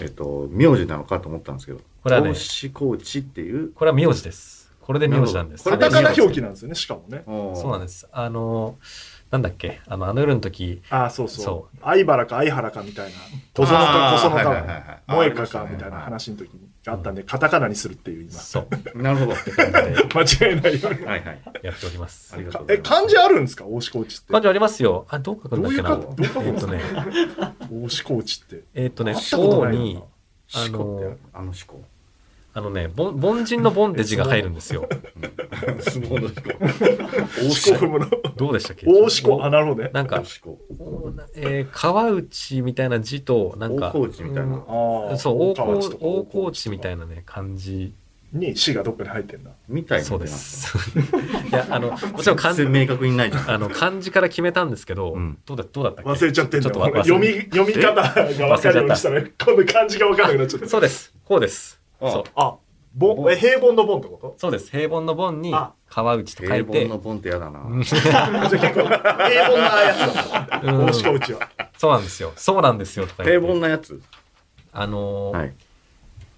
C: えっと名字なのかと思ったんですけど
B: これはね
C: 大志コーチっていう
B: これは名字です。これで名字なんです。
A: これだ
C: なるほ
A: か
C: ど
A: ら
B: これで名
A: 表
B: 字
A: 記なんですよね、しかもね。
B: そうなん
C: で
B: です。あのーなんだっけ、あの、あの夜の時、
A: ああ、そうそう。
B: そ
A: 相原か相原かみたいな。小園
C: あ
A: か
C: ー
A: 小園か、
C: はいはいはいはい
A: 萌えかか
C: ありましたね
A: みたいな話の時にあったんで、カタカナにするっていう今。
B: そう、
C: なるほど
A: 間違いないよう に。
C: はいはい
B: やっております
C: あ。りがとうござ
A: え、
C: います
A: 漢字あるんですか大志コーチって
B: 感。情ありますよ。あ、どう書くんだっけな。
A: どういうかどう書くん
B: えっ
A: です
B: と
A: か
B: ね、
A: 大志コーチって。
B: えっとね、
A: 会ったこと
B: 章
A: ないな
B: に、あのー
C: あの思考。
B: あのね、ぼん凡人の凡って字が入るんですよ。
C: 相撲の思考。
A: 大志コの。
B: どうでしたっけ
A: 大志コあ、なるほどね。
B: なん
C: 大
B: か、
C: 志向。
B: おなえー川内みたいな字と、なんか、
C: 大河内みたいな
B: うん
A: ああ。
B: そう、大
A: 河
B: 河
A: 内
B: 内
A: とか
B: 大河内みたい
A: な。
B: なね、感じ。
A: に死がどっかに入ってんだ。
C: みたいな。
B: そうで。す。 いや、あの、もちろん漢
C: 全然明確にないじゃん。
B: あの漢字から決めたんですけど、
C: うん
B: どうだどうだったっけ
A: 忘れちゃってん
B: ち
A: だ
B: ょっとわ忘れ
A: 読み、読み方がわかるようにしたら、今度漢字がわかんなくなっちゃった。
B: そうです。こうです。
C: ああ
B: そう
A: あ、ぼん、え、平凡の凡って こと
B: そうです。平凡の凡に
A: あ
B: 川内と書
C: 平
B: い
C: 凡
B: て
C: の、ボンってやだな。
A: じゃあ結構、平凡なやつだ。
B: うん
A: 大志コーチは。
B: そうなんですよ。そうなんですよとか言
C: 平
B: って
C: 凡なやつ。
B: あのー
C: はい。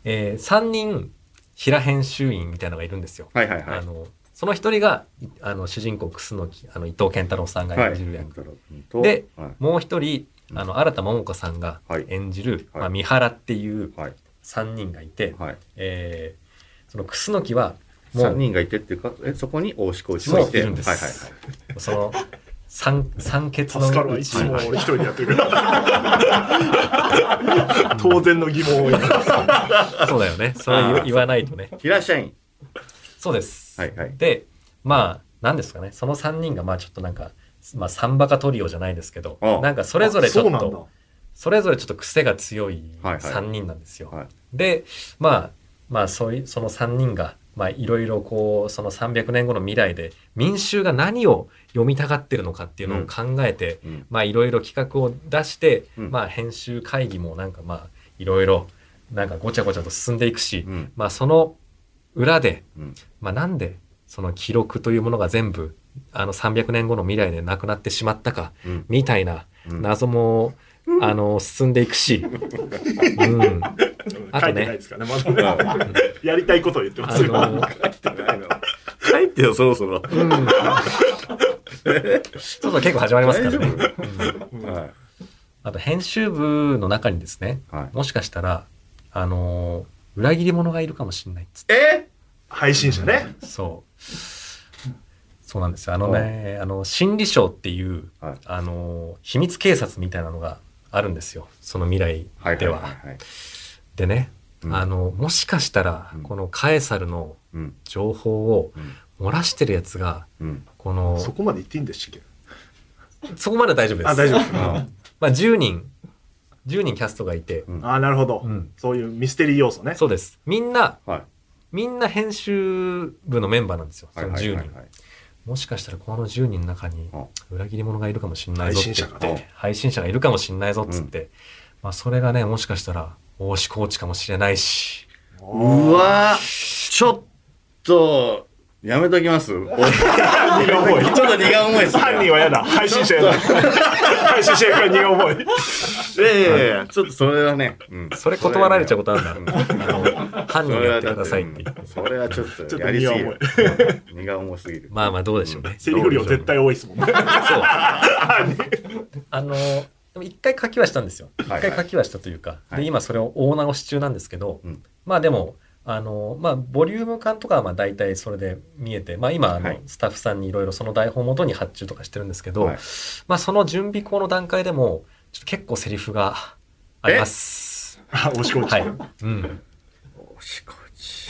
B: えー、3人平編集員みたいなのがいるんですよ。
C: はいはい
B: あ
C: はい。
B: のその一人がいあの主人公楠木あの伊藤健太郎さんが
C: は
B: 演
C: い
B: じる役、
C: と
B: で
C: は
B: もう一人あの新田桃子さんが
C: はい
B: 演じる、
C: はい
B: まあ、三原っていう
C: い。はい。
B: 3人がいて、
C: はい。
B: えーその楠木はも
C: 三
B: う
C: 人がいてっていうか、え、そこに大志向一もいて。
B: そうい
C: は
B: る
C: い
B: んです
C: はいはい。
B: その酸酸欠の
A: 助かるわ、
B: う
A: い
B: ち
A: つも俺一人でやってるから。当然の疑問を言う
B: そうだよねそれ言わ
C: あー
B: 言わないとね
C: 平社員。
B: そうです、
C: はいはい
B: でまあなんですかね、その3人がまあちょっとなんか、まあ、サンバカトリオじゃないですけど、
A: ああ
B: なんかそれぞれちょ
A: そう
B: っ
A: なんだ
B: と、それぞれちょっと癖が強い
A: はいはい
B: 3人なんですよ。
A: はい
B: で、まあ、まあそういその3人が、まあいろいろこう、その300年後の未来で民衆が何を読みたがってるのかっていうのを考えて、
C: うん
B: まあいろいろ企画を出して、
C: うん
B: まあ編集会議もなんかまあいろいろなんかごちゃごちゃと進んでいくし、
C: うん
B: まあその裏で、
C: うん
B: まあなんでその記録というものが全部あの300年後の未来でなくなってしまったか
C: うん
B: みたいな
C: うん
B: 謎も、あの進んでいくし、うん、あ
A: 書い
B: と
A: てない
B: ね
A: ですかね、まだ。やりたいことを言ってますよ。
B: あの
A: 書いてないの。
C: 書いてよそろそろ、
B: うん、そうそう結構始まりますからね。
C: 大丈
B: うん
C: はい
B: あと編集部の中にですね、
C: はい
B: もしかしたら、あのー裏切り者がいるかもしれないっつって。
A: え配信者ね。
B: そう。そうなんですよ。あのね、あの、心理省っていう、
C: はい
B: あのー秘密警察みたいなのがあるんですよ。その未来
C: はい
B: では。
C: はいはい
B: でね、
C: うん
B: あの、もしかしたら
C: うん、
B: このカエサルの
C: うん
B: 情報を
C: うん
B: 漏らしてるやつが、
C: うん
B: この、
A: そ
B: そ
A: こまで言っていいんでしたっけ
B: こまでは大丈夫です。
A: あ、大丈夫。
C: あ
B: まあ、10人、10人キャストがいて、
C: うん
A: あ、なるほど
B: う。ん。
A: そういうミステリー要素ね。
B: そうです。みんな、
C: はい
B: みんな編集部のメンバーなんですよ。そ
C: はい
B: の
C: は
B: 10
C: い
B: 人。
C: はいはい
B: もしかしたらこの10人の中に裏切り者がいるかもしれない
A: 配
B: ぞって。
A: 信者がね。
B: 配信者がいるかもしれないぞっつって。まあそれがね、もしかしたら大志コーチかもしれないし。
C: うわーちょっとやめとき ます
A: あー、荷が重い。
C: ちょっと荷が重いですね
A: 犯人は嫌だ。配信者嫌だ。配信者が荷が重い。
C: いやいやいやちょっとそれはね、うん
B: それ断られちゃうことあるんだ。あの、犯
C: そ
B: 人
C: れ
B: や
C: は
B: ってく
C: だって
B: ださいって言って。
C: うんそれはちょっとやりすぎる 荷が重すぎる
B: まあまあどうでしょうね。
A: セリフ量絶対多いですもんね。
B: そう。 あの、でも一回書きはしたんですよ。一
C: はい
B: 回書きはしたというか、
C: は
B: で、
C: い
B: 今それを大直し中なんですけど、
C: うん
B: まあでも、あの、まあ、ボリューム感とかはまあ大体それで見えて、まあ今、あの
C: はい
B: スタッフさんにいろいろその台本を元に発注とかしてるんですけど、
C: はい
B: まあその準備校の段階でも、ちょっと結構セリフがあります。
A: あ、押し込ん
B: は
A: ち
B: い。
A: ゃ
B: う。
A: うん
B: ね。
C: おしこち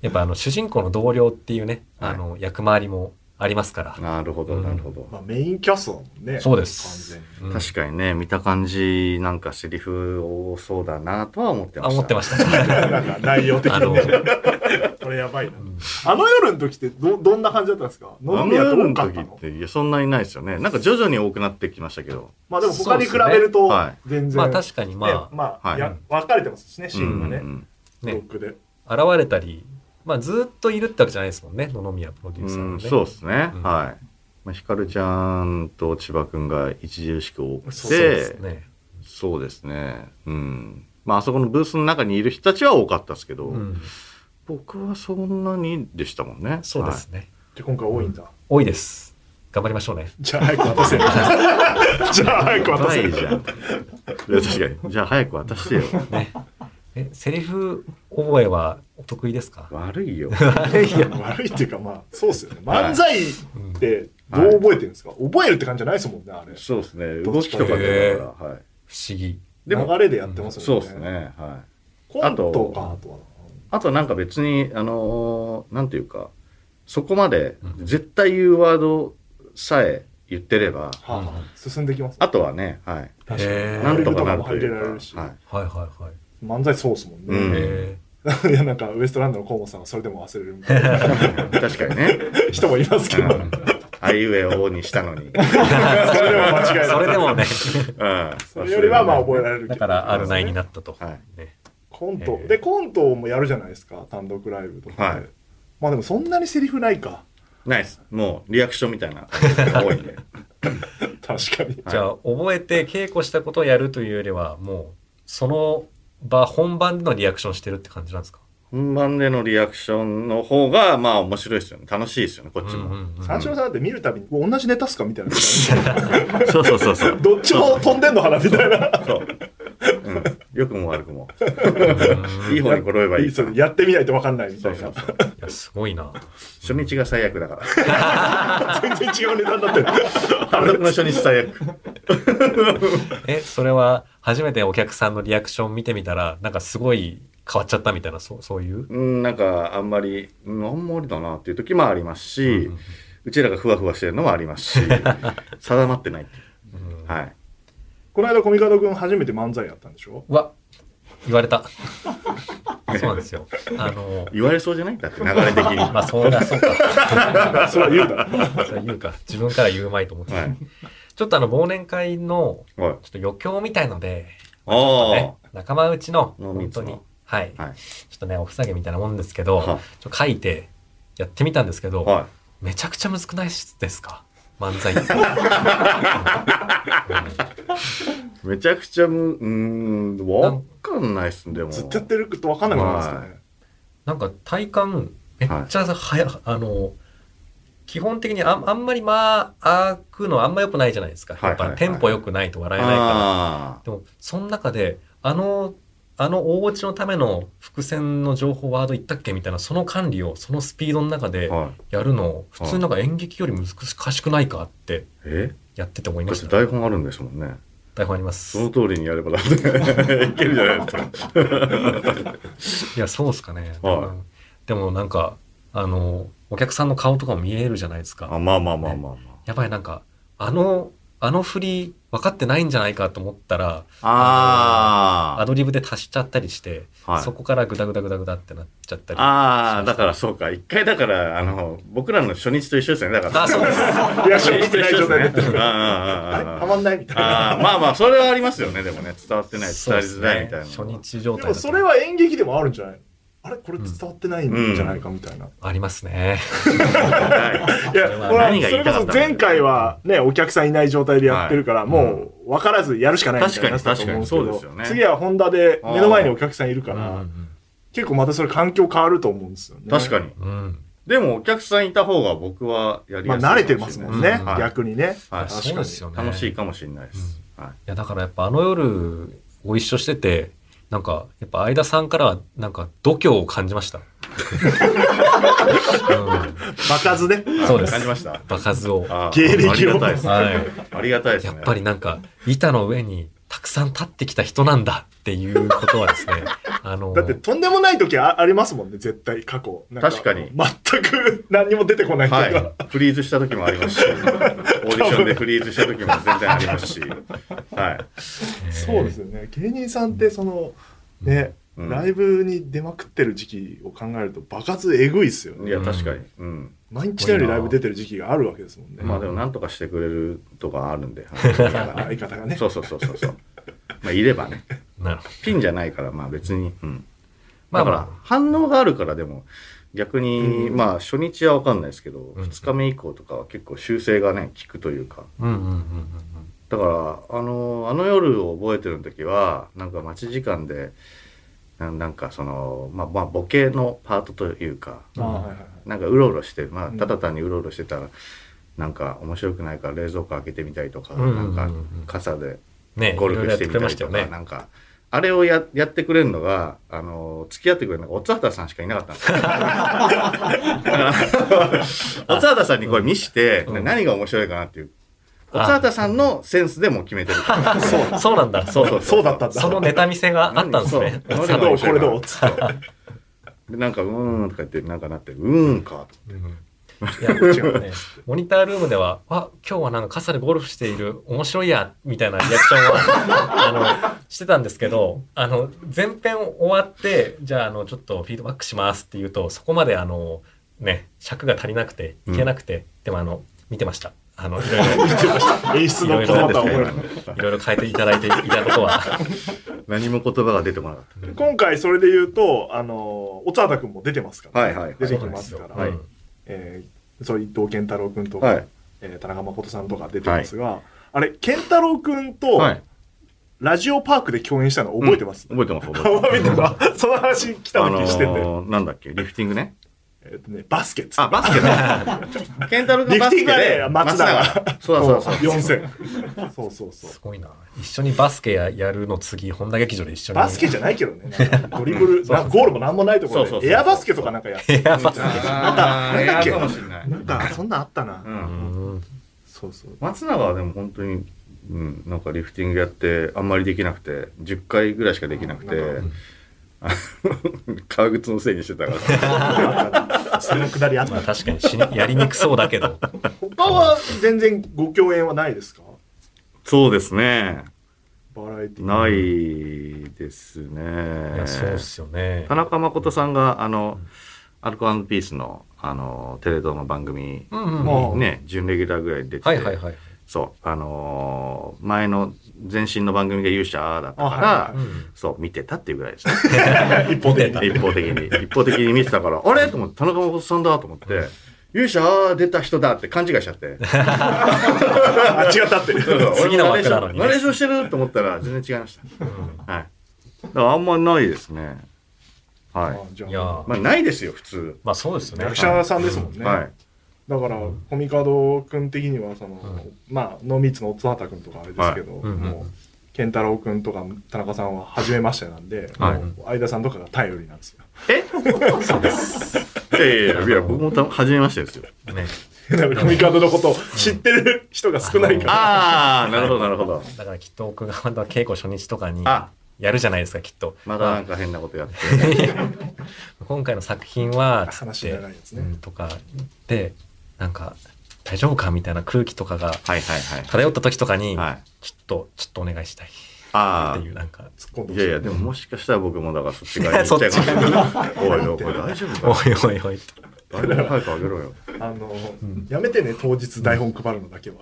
B: やっぱあの、主人公の同僚っていうね、
C: はい
B: あの、役回りもありますから。
C: なるほどなるほど
A: まあメインキャストだもんね。
B: そうです
A: 完全に。
B: うん
C: 確かにね見た感じなんかセリフ多そうだなとは思ってま
B: あ、
C: した
B: 思ってま
C: し
B: した。
A: なんか内容的
B: あ
A: に
B: の、
A: ね。これやばいな。あの夜の時ってどどんな感じだったんですか飲
C: あ
A: ん
C: の
A: でや
C: 夜
A: 多
C: の
A: かっ
C: 時
A: た
C: っ
A: の
C: ていやそんなにないですよねなんか徐々に多くなってきましたけど
A: まあでも他に比べると
C: そうで
A: 全然。
B: まあ確かにまあ
A: ね、まあ、
C: はい
A: や分かれてますしね、シーンが
C: う
A: ね。
C: ん
A: ブ
B: ね
A: ロックで。
B: 現れたり、まあ、ずっといるってわけじゃないですもんね野々宮プロデューサー
C: う
B: の
C: ん
B: ね、
C: そうですね、
B: うん
C: はいまあひかるちゃんと千葉くんが著しく多くて
A: そ
C: そうう
A: で
B: ですね、
C: ですねうんまああそこのブースの中にいる人たちは多かったですけど、
B: うん、
C: 僕はそんなにでしたもんね
B: そうですね、
A: で、今回多いんだ。
B: 多いです頑張りましょうね
A: じゃあ早く渡 せ。じゃあ早く渡
C: は
A: せ。
C: い、ないじゃんいや確かにじゃあ早く渡してよ
B: ねえセリフ覚えはお得意ですか
C: 悪いよ
A: 悪いっていうかまあ、そうっすよね。漫才ってどう覚えてるんですか覚えるって感じじゃないですもんね、あれ。
C: そうですね
A: どっ
C: 動
A: ち
C: き
A: か
C: とかだから、はい、
B: 不思議
A: でも、
B: な
A: あれでやってます
C: そ
A: よね。
C: うです。ねはい
A: コントか、あとは。
C: あとなんか別に、あのーなんていうか、そこまで絶対言うワードさえ言ってれ
A: は
C: ば、
A: あ進んできます。
C: あとはね、はい。
A: 確か
B: へ
A: に。
B: ー
A: な
C: なんん
A: と
C: と
A: か
C: か
A: な
C: な
A: る
C: る
A: と
C: と
A: いか
C: いううか。
A: も入れられるし
C: はい、
B: はいはいはい、
A: 漫才そうっすもんね。
C: うん
B: え
A: いやなんかウエストランドの河本さんはそれでも忘れるみたいな
C: 確かにね。
A: 人もいますけ
C: う
A: ど、
C: んあいうえおにしたのに。うん。
A: それでも間違い
B: ー、
A: な
B: そ
A: い
B: れで もね
A: それよりはまあ覚えられ
C: れ
A: るけど
B: だからあるないになったと、
C: はい
B: ね、
A: コントでコントもやるじゃないですか単独ライブとかで、
C: はい
A: まあでもそんなにセリフないか
C: ナイス。もう、リアクションみたいな。多いんで。
A: 確かに
B: じゃあ覚えて稽古したことをやるというよりはもうその場本番でのリアクションしてるって感じなんですか
C: 本番でのリアクションの方が、まあ面白いですよね。楽しいですよね、こっち
B: うんう
C: も。
B: んうん
A: 三四郎さんだって見るたびにうわ同じネタっすかみたいな
C: そうそうそうそう。
A: どっちも飛んでんのかなみたいな
C: そう。うん。良くも悪くも。
B: うん
C: いい方に転べばいい。
A: それやってみないと分かんないみたい
C: そ
A: うな
C: そうそう。
B: いやすごいな
C: 初日が最悪だから。
A: 全然違うネタになってる
C: 単独の初日最悪。
B: え、それは初めてお客さんのリアクション見てみたら、なんかすごい変わっちゃったみたいな、そうそういう。
C: うん、なんかあんまり、うん、あんまりだなっていう時もありますし、う
B: うん
C: ちらがふわふわしてるのもありますし、定まってないっていう
B: うんうん
C: はい。
A: この間コミカド君初めて漫才やったんでしょ
B: うわ言われた。 そうなんですよ。あの、
C: 言われそうじゃないだって流れ的に。
B: まあ、そうだ、そうか。
A: それは言うだろ
B: それ言うか。自分から言うまいと思って。
C: はい。
B: ちょっとあの、忘年会の、ちょ
C: はい。
B: っと余興みたいので、
C: ああ、
B: ね、仲間内の、
C: 飲
B: 本
C: みつ
B: 当
C: の
B: に、はい、
C: はい
B: ちょっとね、おふさげみたいなもんですけど、
C: は
B: ちょっと書いて、やってみたんですけど、
C: は
B: めちゃくちゃ難くないですか漫 才って。
C: い。めちゃくちゃむ、うーん、わかんないっすね、でも。
A: ずっとやってると分かんなくなるんですよね、
B: なんか体感、めっちゃはや、あの、基本的にああんまりまあ、開くのあんま良くないじゃないですか。
C: はい
B: や
C: は
B: っ
C: いはい
B: ぱテンポ良くないと笑えないから。
C: あ
B: でも、その中で、あの、あの大落ちのための伏線の情報ワード言ったっけみたいな、その管理をそのスピードの中
C: あ。
B: で
C: はい。
B: やるの、普通なんか演劇より難しくないかって
C: え
B: やってて思い
C: だ
B: ま
C: っ
B: してた。
C: 台本あるんですもんね。
B: 台本あります。
C: その
B: い
C: 通りにやればだって いけるじゃないですか。
B: や、そうっすかね。
C: は
B: でもなんか、あの、お客さんの顔とかも見えるじゃないですか。
C: あまあまあまあまあま
B: やばい、なんか、あの、あの振り、分かってないんじゃないかと思ったら、
C: あ。
B: アドリブで足しちゃったりして、
C: ああ。はい
B: そこからグダグダグダグダってなっちゃったり。
C: ああ、だからそうか。一回だから、あの、僕らの初日と一緒ですよね。だから。
B: あそうです。
A: いや生じてない状態でやってる
C: あ
A: あれ
C: あ、あ
A: は
C: あ、あ
A: まんないみたいな
C: あ。まあまあ、それはありますよね。でもね、伝わってない、伝
B: そう
C: わ
B: で
C: り
B: す
C: づ
B: ね
C: らいみたいな。
B: 初日状
A: で
B: 態
A: も
B: だと
A: それは演劇でもあるんじゃないのあれこれ伝わってないんじゃないかみたいな、
B: ありますね。
C: はい
A: いや
B: それは
A: ほら
C: 何が
A: そ
C: 言
A: れ
C: いた
A: こ
C: かった
A: そ
C: んだ
A: 前回はねお客さんいない状態でやってるから、
C: はい
A: もう分からずやるしかないみたいな
C: 確かに
A: やつだと思けど
C: 確かにそうですよね
A: 次はホンダで目の前にお客さんいるから、結構またそれ環境変わると思うんですよね
C: 確かに。
B: うんうんうん。
C: でも、お客さんいた方が僕はやり
A: ま
C: や
A: あ
C: すい。
A: 慣れてますもんね、
B: うん
C: はい
A: 逆にね
C: はい
A: 確かに
B: そうですよね。
C: 楽しいかもしれないです。はい
B: いや、だからやっぱあの夜、ご一緒してて、なんか、やっぱ相田さんからは、なんか、度胸を感じま した。うん、
A: 場数ね
B: そうです
C: 感じました
B: 場数を。
C: ああ
A: 芸歴を
C: ありがたいですね。
B: はい。
C: ありがたいです
B: やっ
C: ね。
B: ぱりなんか、板の上にたくさん立ってきた人なんだっていうことは ですね、あの、
A: だってとんでもない時あありますもんね絶対過去なん
C: 確かに
A: 全く 何も出てこないとか、
C: はい。 フリーズした時もありますし、オーディションでフリーズした時も全然ありますし、はい。
A: そうですよね芸人さんってそのね、
C: うん
A: ライブに出まくってる時期を考えると場数えぐいっすよ
C: い
A: ね
C: や、確かに。うん。
A: 毎日のようにライブ出てる時期があるわけですもんね、
C: まあでも、なんとかしてくれるとかあるんで、
A: あ
C: はい
A: 相方がね
C: そうそうそうそうそう。まあ、いればね。
B: なるほど。
C: ピンじゃないから、まあ別に。うん。
B: まあ
C: だか
B: ま
C: ら、反応があるから、でも、逆に、
A: うん
C: まあ初日はわかんないですけど、
B: うん
C: 2日目以降とかは結構修正がね、効くというか。
B: あ、うんうんうんうん
C: だからあのあの夜を覚えてる時はなんか待ち時間でななんかその、まあ、まあボケのパートというか
A: ああはいはいはい
C: なんかうろうろして、まあ、
A: うん
C: ただ単にうろうろしてたら、なんか面白くないから冷蔵庫開けてみたりとか、
B: うんうんうんうん
C: なんか傘で
B: うん。ね
C: ゴルフしてみたり
B: いろいろやって
C: とか、
B: くれましたよね。
C: なんかあれをややってくれるのがあの付き合ってくれるのがオツハタさんしかいなかったんですよ。だからオツハタさんにこれ見して、
B: うん
C: 何が面白いかなっていうオツ
B: あ
C: ハタさんのセンスでもう決めてる。
B: そう、 そうなんだ。
C: そうそう
A: そうだったんだ
B: そのネタ見せがあったんですね。
C: 何そう
A: さあどうこれどう
C: 面白いか でなんか、うーんとか言って、なんかなって、うーんか。
B: うんいや、ね、モニタールームでは、あ、今日はなんか傘でゴルフしている、面白いや、みたいなリアクションは、あの、してたんですけど、あの、前編終わって、じゃあ、あの、ちょっとフィードバックしますって言うと、そこまであの、ね、尺が足りなくて、いけなくて、でもあの、見てました。あの、いろいろ、
A: 演出の言葉とは思えない
B: いろいろ変えていただいていたことは、
C: 何も言葉が出てこなかっ
A: 今回それで言うとあの小沢田君も出てますから、
C: た。はいはい
A: 出
C: は
A: て
C: い。
A: きますから、
C: はい
A: えーそう伊藤健太郎君とか、
C: はい。
A: えー田中誠さんとか出てますが、あれ健太郎君と
C: はい。
A: ラジオパークで共演したの覚えてます、
C: 覚えてます、覚えて
A: 顔
C: ま
A: を 見てたその話来た
C: す。あ
A: 時してて、
C: のー、なんだっけ、リフティングね。
A: えっとね、バスケっつっ
C: あ、
A: て
C: バスケね。ケンタロウ君
A: リ
C: バ
A: フティン
C: スケ
A: グはね
C: で、
A: 松永
C: そうだそうだそうだ。
A: 4000そうそうそう
B: すごいな。一緒にバスケややるの次、本田劇場で一緒に。
A: バスケじゃないけどねなんかドリブルなゴールもなんもないところで
C: そうそうそう
A: エアバスケとかなんかやっ
B: い
A: て
B: や、バスケ。
C: あー
A: なんだっけ
C: いやかもしれない。
A: なんかそんなんあったな、
C: うん
B: うん
A: そう そう
C: 松永はでも本当に、うん、なんかリフティングやってあんまりできなくて10回ぐらいしかできなくて
A: うん
C: 革靴のせいにしてたから。
D: そのくだりあった
B: まあ確かにしにやりにくそうだけど。
A: 他は全然ご共演はないですか
C: そうですね。
A: バラエティー。
C: ないですね。
B: いやそうっすよね
C: 田。中誠さんが、あの、アルコピースの、あの、テレ東の番組
B: うんうん。
A: も
C: にね、準レギュラーぐらいに出てて、
B: はいはいはい。
C: そう、あのー前の前身の番組が勇者だったから、
A: あはい
B: うん
C: そう、見てたっていうぐらいですね。
A: 一方で。
C: 一方的に。一方的に見てたから、あれと思って、田中誠さんだと思って、勇者出た人だって勘違いしちゃって。
A: あ、違ったって。
B: 次の枠なのにね
C: ナレーションしてると思ったら全然違いました。はい。だからあんまないですね。はい。
A: い
B: いやー、
C: まあないですよ、普通。
B: まあそうですよね。
A: 役者さんですもんね。
C: はい。
A: だから、コミカド君的には、その、まあ、濃密の乙畑君とかあれですけど、
B: うんうん
A: もう、健太郎君とか田中さんは初めましてなんで、
C: は
A: も
C: い
A: う相田さんとかが頼りなんですよ。
C: いやいやいやいや、僕もた初めましてですよ。
B: ね。
A: だからコミカドのことを知ってる人が少ないから。
C: ああ、なるほど、なるほど。
B: だからきっと奥川の稽古初日とかに
C: あ
B: やるじゃないですか、きっと。
C: まだなんか変なことやって。
B: 今回の作品は、つっ
A: 話
B: て、
A: 長いやつね
B: うんとか、で、なんか、大丈夫かみたいな空気とかが
C: はいはいはい。
B: 漂った時とかに、
C: はい。
B: ちょっと、ちょっとお願いしたい。
C: あ
B: っていう、なんか、
A: 突っ込んで
C: あ。い
A: ほし
C: やいや、でももしかしたら僕もだから そっち側に行っちゃいかもしれない。おいおいおい、 大丈夫か
B: おいおいおいと。
C: 大丈夫早くあげろよ。
A: あの、
B: ん
A: やめてね、当日台本配るのだけは。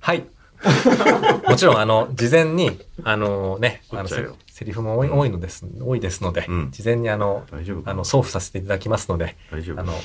B: はい。 もちろん、あの、事前に、あのね、あ
C: 打
B: の、
C: っちゃう
B: せ
C: よ
B: セリフも多い多いのです、多いですので、
C: うん
B: 事前にあの、
C: 大丈夫
B: あ
C: か
B: の、送付させていただきますので、
C: 大丈夫
B: あ
C: か
B: の、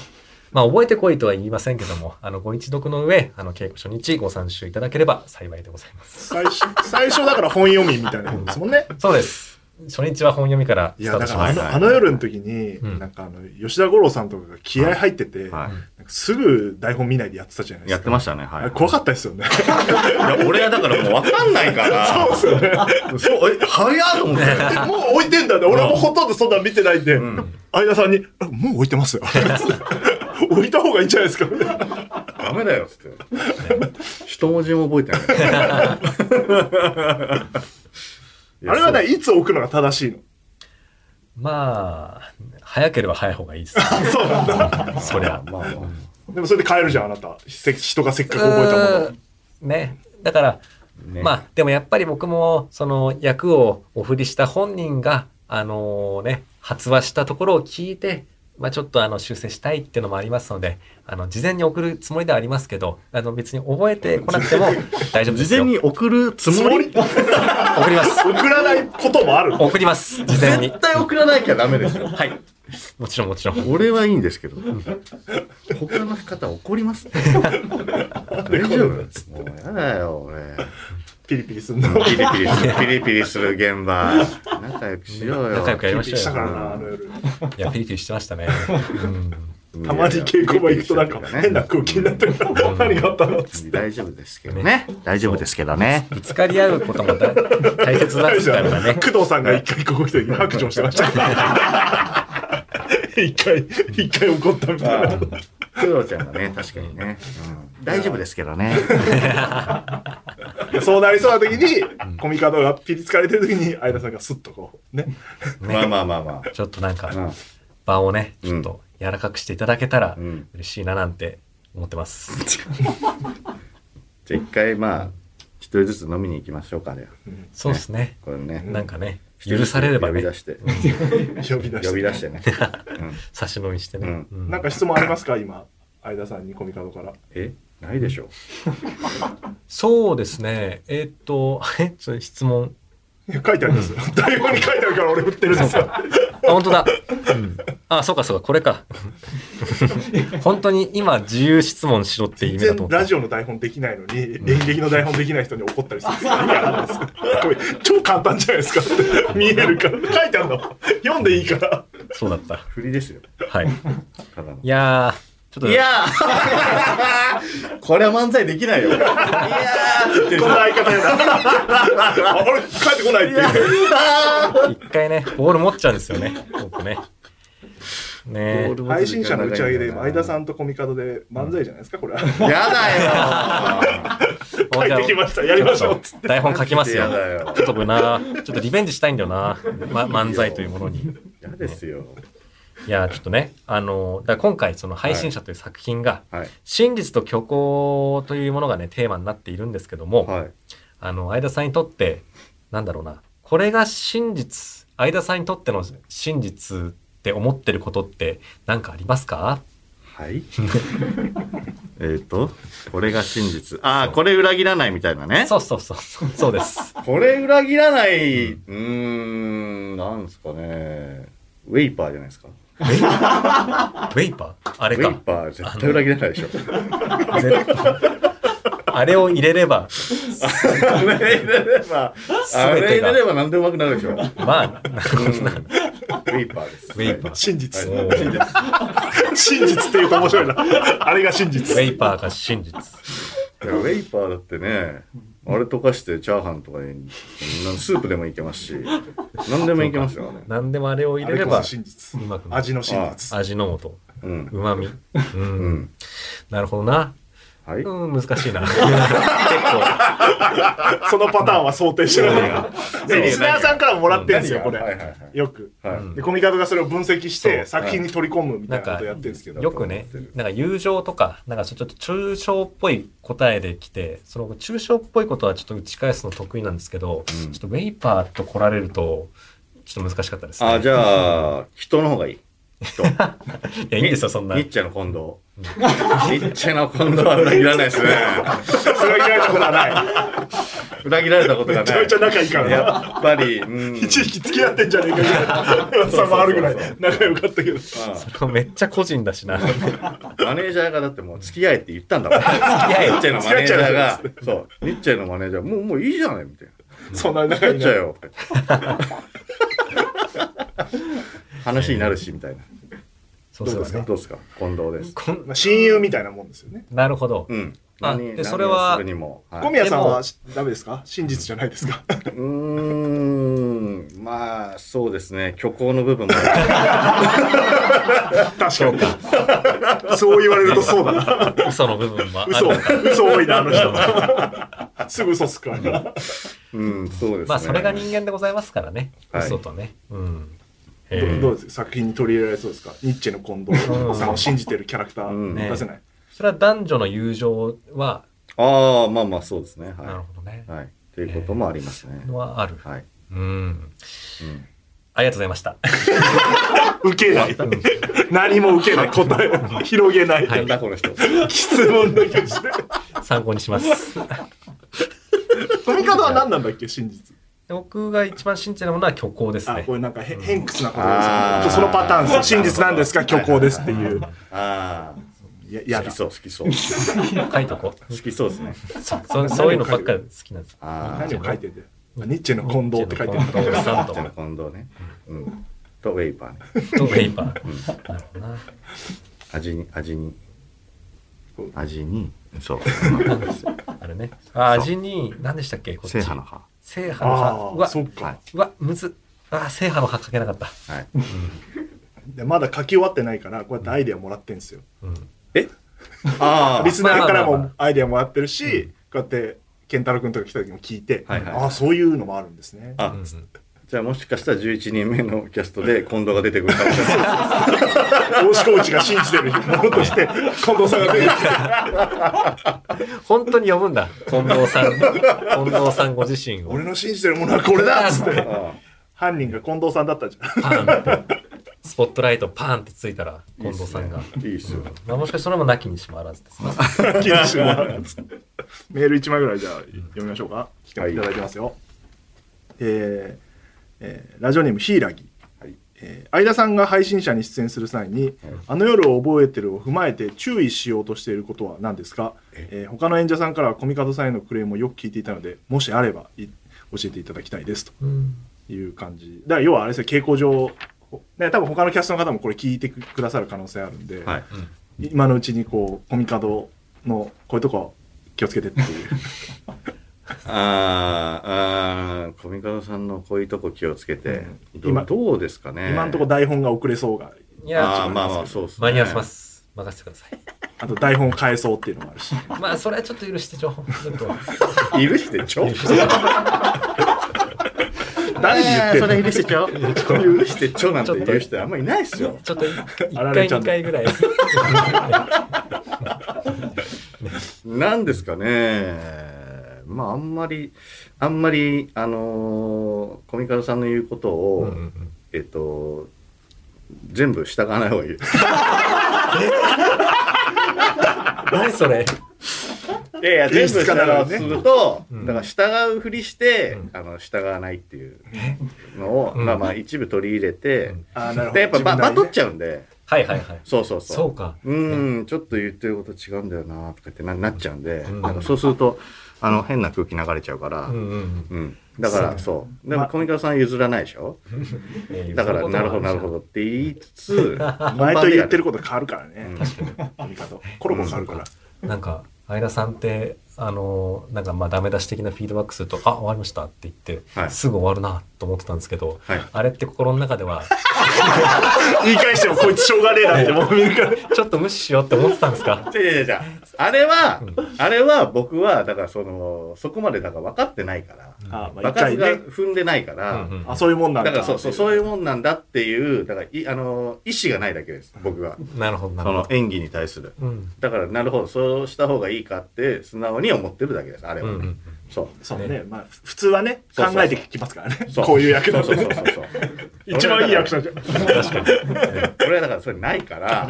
B: まあ、覚えてこいとは言いませんけども、あの、ご一読の上、あの、稽古初日ご参集いただければ幸いでございます。
A: 最初、最初だから本読みみたいなことですもんね。
B: そうです。初日は本読みから
A: い
B: ス
A: や、
B: ター
A: だ
B: トし
A: から
B: ま
A: あ
B: す。
A: の
C: はい
A: あの夜の時に、
B: うん
A: なんかあの、吉田五郎さんとかが気合入ってて、
C: は
A: なんかすぐ台本見ないでやってたじゃない
C: い。
A: で
C: や
A: す
C: っ
A: か。
C: てましたね、
A: あ
C: は
A: れ
C: い。
A: 怖かったですよね。
C: いや俺はだからもう分かんないから。そう
A: そうですよね。
C: そう、え、早っと思って。
A: もう置いてんだね。俺はもうほとんどそんなの見てないんで、
C: ん
A: 相田さんに、あもう置いて ますよ。置いた方がいいんじゃないですか。
C: ダメだよ、つって。一文字も覚え てない。いや
A: あれはね、、いつ置くのが正しいの。
B: まあ、早ければ早い方がいいです。
A: そうなんだ。
B: そ りゃ。
C: そうまあまあ
A: でもそれで帰るじゃん、あなた。せ人がせっかく覚えたものを。
B: ね。だから、
C: ね
B: まあ、でもやっぱり僕も、その役をお振りした本人が、あのね、発話したところを聞いて、まあちょっとあの修正したいっていうのもありますので、あの、事前に送るつもりではありますけど、あの別に覚えてこなく ても大丈夫で
C: 事
B: すよ。
C: 前に送るつもり
A: つもり
B: 送 ります。
A: 送らないこともある。
B: 送ります。事前に
C: 絶。対送らなきゃダメですよ。
B: はい。もちろんもちろん。
C: 俺はいいんですけど。他の方怒り ますね。大丈夫もうやだよ、俺。
A: ピリピリすんの。
C: ピリピリする、ピリピリする現場。仲良くしようよ。
B: 仲良くやりま
A: ピリピ
B: し
A: リ
B: ょう
A: した
B: よ
A: からな、あの夜。
B: いや、ピリピリしてましたね。
C: いや
A: たまに稽古場行くとなんか変な空気になってるから、何があったのっつって。
C: 大丈夫ですけどね。大丈夫ですけどね。
B: ぶつかり合うことも大大切なん
A: 大
B: です
A: 丈
B: か
A: 夫
B: らね。
A: 工藤さんが一回ここ来て白状してま したから。一回、一回怒ったみたいな。
C: 工藤ちゃんがね、確かにね。うん大丈夫ですけどね。
A: そうなりそうな時に、コミカドがピリつかれてる時に、相田さんがスッとこう、ね。
C: まあまあまあま
B: ちょっとなんか
C: あ。う、ん
B: 場をね、
C: うん
B: ちょっと柔らかくしていただけたら
C: うん
B: 嬉しいななんて思ってます。
C: じゃあ一回まあ、一人ずつ飲みに行きましょうかね。
B: そうですね。
C: これね。
B: なんかね、許されれば
C: 呼び
B: ね
C: 出、して。
A: 呼び出して。
C: 呼び出してね。
B: 差し飲みしてね。
C: うん
B: うん
A: なんか質問ありますか今、相田さんにコミカドから。
C: えないでしょ。
B: そうですね。えーっと、 えちょっと質問。
A: いや書いてありますよ。台本に書いてあるから俺振ってるんですよ。
B: あ、本当だ。うんあ、そうかそうか、これか。 本当に今、自由質問しろっていう意
A: 全
B: 味
A: 然
B: だと思った
A: ラ。ジオの台本できないのに、演劇の台本できない人に怒ったりするんですよ意味あるんですよこれ超簡単じゃないですかって見えるから書いてあるの読んでいいから
B: そうだった。
C: 振りですよ。
B: はい。
C: ただの
B: いやー、ちょっと、
C: いやー これは漫才できないよ。いやー
A: この相方やなあれ帰ってこないっていう
B: 一回ね、ボール持っちゃうんですよね、僕ね。ねえ
A: 配信者の打ち上げで今相田さ
C: ん。
A: んとコミカドで漫才じゃないですかこれは
C: やだよ。
A: 帰ってきましたやりましょうっつって
B: 台本書きますよ
C: や。だよ。
B: ちょっと僕な、ちょっとリベンジしたいんだよな、ま、漫才というものに。
C: や
A: ですよ。
B: いや、ちょっとね、あの、だから今回、その配信者という作品が、
A: はい。
B: 真実と虚構というものがね、テーマになっているんですけども、
A: はい。
B: あの、相田さんにとって、なんだろうな、これが真実、相田さんにとっての真実って思ってることって何かありますか
A: はい。
C: えっ、と、これが真実。ああ、これ裏切らないみたいなね。
B: そうそうそう、そ うです。
C: これ裏切らない、うーん、なんですかね。ウェイパーじゃないですか。
B: ウェイパーあ
A: ウ
B: れ
A: ェイ
B: か。
A: パー絶対裏切らないでしょ。
B: 絶対あれを入れれば、
A: あれ入れれば、あ
B: 全
C: れ
B: て
C: 入れ
B: が
C: れ、ば何でもうまくなるでしょ。うんウ
B: まあ、なるほどな。
C: ェイパーです。
B: ウェイパー。
A: 真実。
B: お
A: 真
B: ー
A: 実真実っていうと面白い な。あれが真
B: ウ
A: 実。
B: ェイパーが真実。
C: いやウェイパーだってね、あれ溶かしてチャーハンとかに、スープでもいけますし、何でもいけますよね。
B: 何でもあれを入
A: あ
B: れ
A: れ
B: れ
A: こそ
B: ば、
A: 真実
B: うまく。なる
A: 味の真実。
B: 味の素、
C: うん。
B: うまみ。う。
C: うんん。
B: なるほどな。
C: はい。
B: うん、難しいな。結構。
A: そのパターンは想定してないが。で、リスナーさんからもらってんですよ、こ
C: はい
A: れ。
C: はい
A: よく。
C: はい。
B: うん
A: で、コミカドがそれを分析し
B: そう
A: て、作品に取り込むみたいなことやってるんですけど。
B: よくね、なんか友情とか、なんかちょっと抽象っぽい答えで来て、その抽象っぽいことはちょっと打ち返すの得意なんですけど、
C: うん
B: ちょっとウェイパーと来られると、ちょっと難しかったですね。
C: あ、じゃあ、人の方がいい。人。
B: いや、いいんですよ、そんな
C: ニ。ッチェの近藤。ニッチェの近藤は裏切らないですね。
A: それ以外のことはない。
C: 裏切られたことが
A: めち
C: な
A: ゃ
C: い
A: めち。ゃ仲いいからな。
C: やっぱり、う ん。
A: 一時期付き合ってんじゃねえかみたい な噂もあるぐらい仲良かったけど。
C: うん
B: めっちゃ個人だしな。
C: マネージャーがだってもう付き合えって言ったんだもん。付き
B: 合え
C: ニッチェのマネージャーが、そう、ニッチェのマネージャー、もう、もういいじゃないみたいな。
A: そんな仲
C: 付き
A: 良
C: 合っ
A: い
C: ちゃえ
A: な。
C: よ。話になるし、みたいな。
B: そうそうそう。
C: どうですか近藤です。
B: こん
A: まあ親友みたいなもんですよね。
B: なるほど。
C: うん。
B: あ
C: 何
B: でそれは
C: 何をするにも。はい
A: 小宮さんはダメですか真実じゃないですか
C: うーん、まあ、そうですね。虚構の部分もある。
A: 確かに。そう言われるとそうだな。
B: 嘘の部分はある
A: 嘘、嘘多いな、あの人。すぐ嘘つくからな。
C: うん、そうですね。
B: まあ、それが人間でございますからね。
C: はい
B: 嘘とね。うん。え
A: ど
B: ー
A: うどうです作品に取り入れられそうですかニッチェの近藤さんを信じてるキャラクタ
C: うん
A: ー出せない。
B: それは男女の友情は、
C: ああ、まあまあ、そうですね。
B: なる
C: は
B: ほどね
C: い。。はい。ということもありますね。
B: のはある。
C: はい。
B: うん。
C: うん
B: ありがとうございました。
A: 受けない。何も受けない。答えを広げない。
C: なんだこの人。
A: 質問だけ して。
B: 参考にします。
A: 飛び方は何なんだっけ真実。
B: 僕が一番信じてるものは虚構です
A: あ、
B: ね
A: こ。れなんかへ偏屈なこと
C: あー
A: ですよね。そのパターンですよ。真実なんですか虚構ですっていう。
C: あ
A: いや、や
C: あ、好
A: だ
C: き。そう、好き そう。好
B: 書いとこ う。
C: きそうですね。
B: そそういうのばっかり好きなんです。
C: ああ、
A: 何を書いてんだよ。あニッチェの近藤って書いて
B: 近
A: る。
B: 藤さんと
C: じゃあ近藤ね。うん。と、ウェイパーね。
B: とウェイパー。なるほどな。
C: 味に、味に
A: こう。
C: 味に、そう。
B: あれね。あ味に、何でしたっけこっち
C: 制覇の葉。
B: 制覇の
A: あ
B: 葉。う
A: あ、
B: わ、
A: そっ
C: はい
A: か。
B: うわ、むず。ああ、制覇の葉書けなかった。
C: はい。
A: でまだ書き終わってないから、こうやってアイデアもらってんですよ。
B: うん。
C: あ
A: リスナーから
B: まあまあ
A: もアイデアもらってるし、こうやって、健太郎君とか来た時も聞いて、
C: はいはい
A: ああ、そういうのもあるんですね。
C: あ。
B: う
C: あ、
B: ん
C: じゃあもしかしたら11人目のキャストで近藤が出てくるかもしれ ない。
A: 大志コーチが信じてるものと して、近藤さんが出てきて、
B: 本当に読むんだ。近 藤さん。近藤さんご自身を
A: 俺。の信じてるものはこれだっつっ て。
C: あ
A: 犯人が近藤さんだったじゃん。
B: パーンって。スポットライトパーンってついたら、
C: あ
B: 近藤さんが。
C: いいっすよ。
B: まあ、もしかしたらそれもなきにしもあらずです ね。
A: 気にしないメール1枚ぐらいじゃあ読みましょうか。来ていただいてますよ。えーえーラジオネームヒイラギ。
C: はい
A: えー相田さんが配信者に出演する際に、あの夜を覚えてるを踏まえて注意しようとしていることは何ですか、えー他の演者さんからはコミカドさんへのクレームをよく聞いていたので、もしあればい教えていただきたいですと
B: うん。
A: いう感じ。だから要はあれですね、傾向上、ね、多分他のキャストの方もこれ聞いてくくださる可能性あるんで、
C: はい。
A: 今のうちにこうコミカドのこういうとこ気をつけてっていう
C: あーあー、コミカドさんのこういうとこ気をつけて。ど
A: 今
C: どうですかね。
A: 今のとこ台本が遅れそうが
B: い
C: あ
B: や、
C: あ、まあまあ、そうっすね。
B: 間に合わせま。す。任せてください。
A: あと台本変えそうっていうのもあるし
B: まあ、それはちょっと許して、情報。ちょっと
C: いるしてちょ
E: 誰に言ってんの
C: それ許してちょ。許してちょなんて言う人あんまいないっすよ。
B: ちょっと一
A: あられ
B: 回
A: ちゃん
B: 二
A: だ
B: 回ぐらい。
C: なんですかね。まあ、あんまり、あんまり、あのーコミカルさんの言うことを、えっと、全部従わない方がいい。
B: 何それ。
C: いやいや、
E: 全部従
C: 全部従
E: う
C: う
E: ね
C: すると、
B: うん
C: だから従うふりして、
B: うん
C: あの従わないっていうのを、
B: うん
C: まあまあ一部取り入れて、
A: あーなるほど。
C: でやっぱ
A: 自
C: バ,、
A: 分なり
C: バ
A: に
C: トっちゃうんで、
B: はいはいはい。
C: そうそうそう。
B: そうか。
C: うーん、ちょっと言ってること違うんだよな、とかってななっちゃうんで、
B: うん
C: なんかそうすると、あの変な空気流れちゃうから、
B: うんうん
C: うんだからそう。でも、
A: ま
C: コミカルさん譲らないでしょ
B: うん。
C: だから、なるほど、なるほどって言いつつ、
E: 前と言ってること変わるから
C: う
E: ね
C: ん。
E: 言い方。コロコロ変わるから。
B: ど。なんか、相田さんって、あの、なんかまあダメ出し的なフィードバックすると、あ、終わりましたって言って、
C: はい
B: すぐ終わるなと思ってたんですけど、
C: はい
B: あれって心の中では、
E: 言い返してもこいつしょうがねえなって思うから。
B: ちょっと無視しようって思ってたんですか
C: 違う違う違うあれは、
B: うん
C: あれは僕は、だからその、そこまでだから分かってないから、
A: あーまあ一
C: 爆発
A: 回
C: が
A: ね。
C: 踏んでないから、
B: うんうん
A: あそういうもんな
C: だ
A: ん
C: か
A: だ。
C: らそうそう、そういうもんなんだっていう、だからい、あの、意思がないだけです、僕は。
B: なるほど、なる
C: そ
B: ほ
C: の
B: ど。
C: 演技に対する。
B: うん。
C: だから、なるほど、そうした方がいいかって、素直に思ってるだけです、あれ
B: う
C: は
B: ん
C: ね。
B: うん。
C: そう。
A: そうね
B: ね
A: まあ、普通はね、
C: そう
A: 考
C: そうそう
A: えて聞きますからね。
C: そ
A: こういう役だと
C: そう
A: ね
C: そうそうそう。
A: 一番いい役者
C: じ
A: じゃん。
C: ゃん。俺はだからそれないから、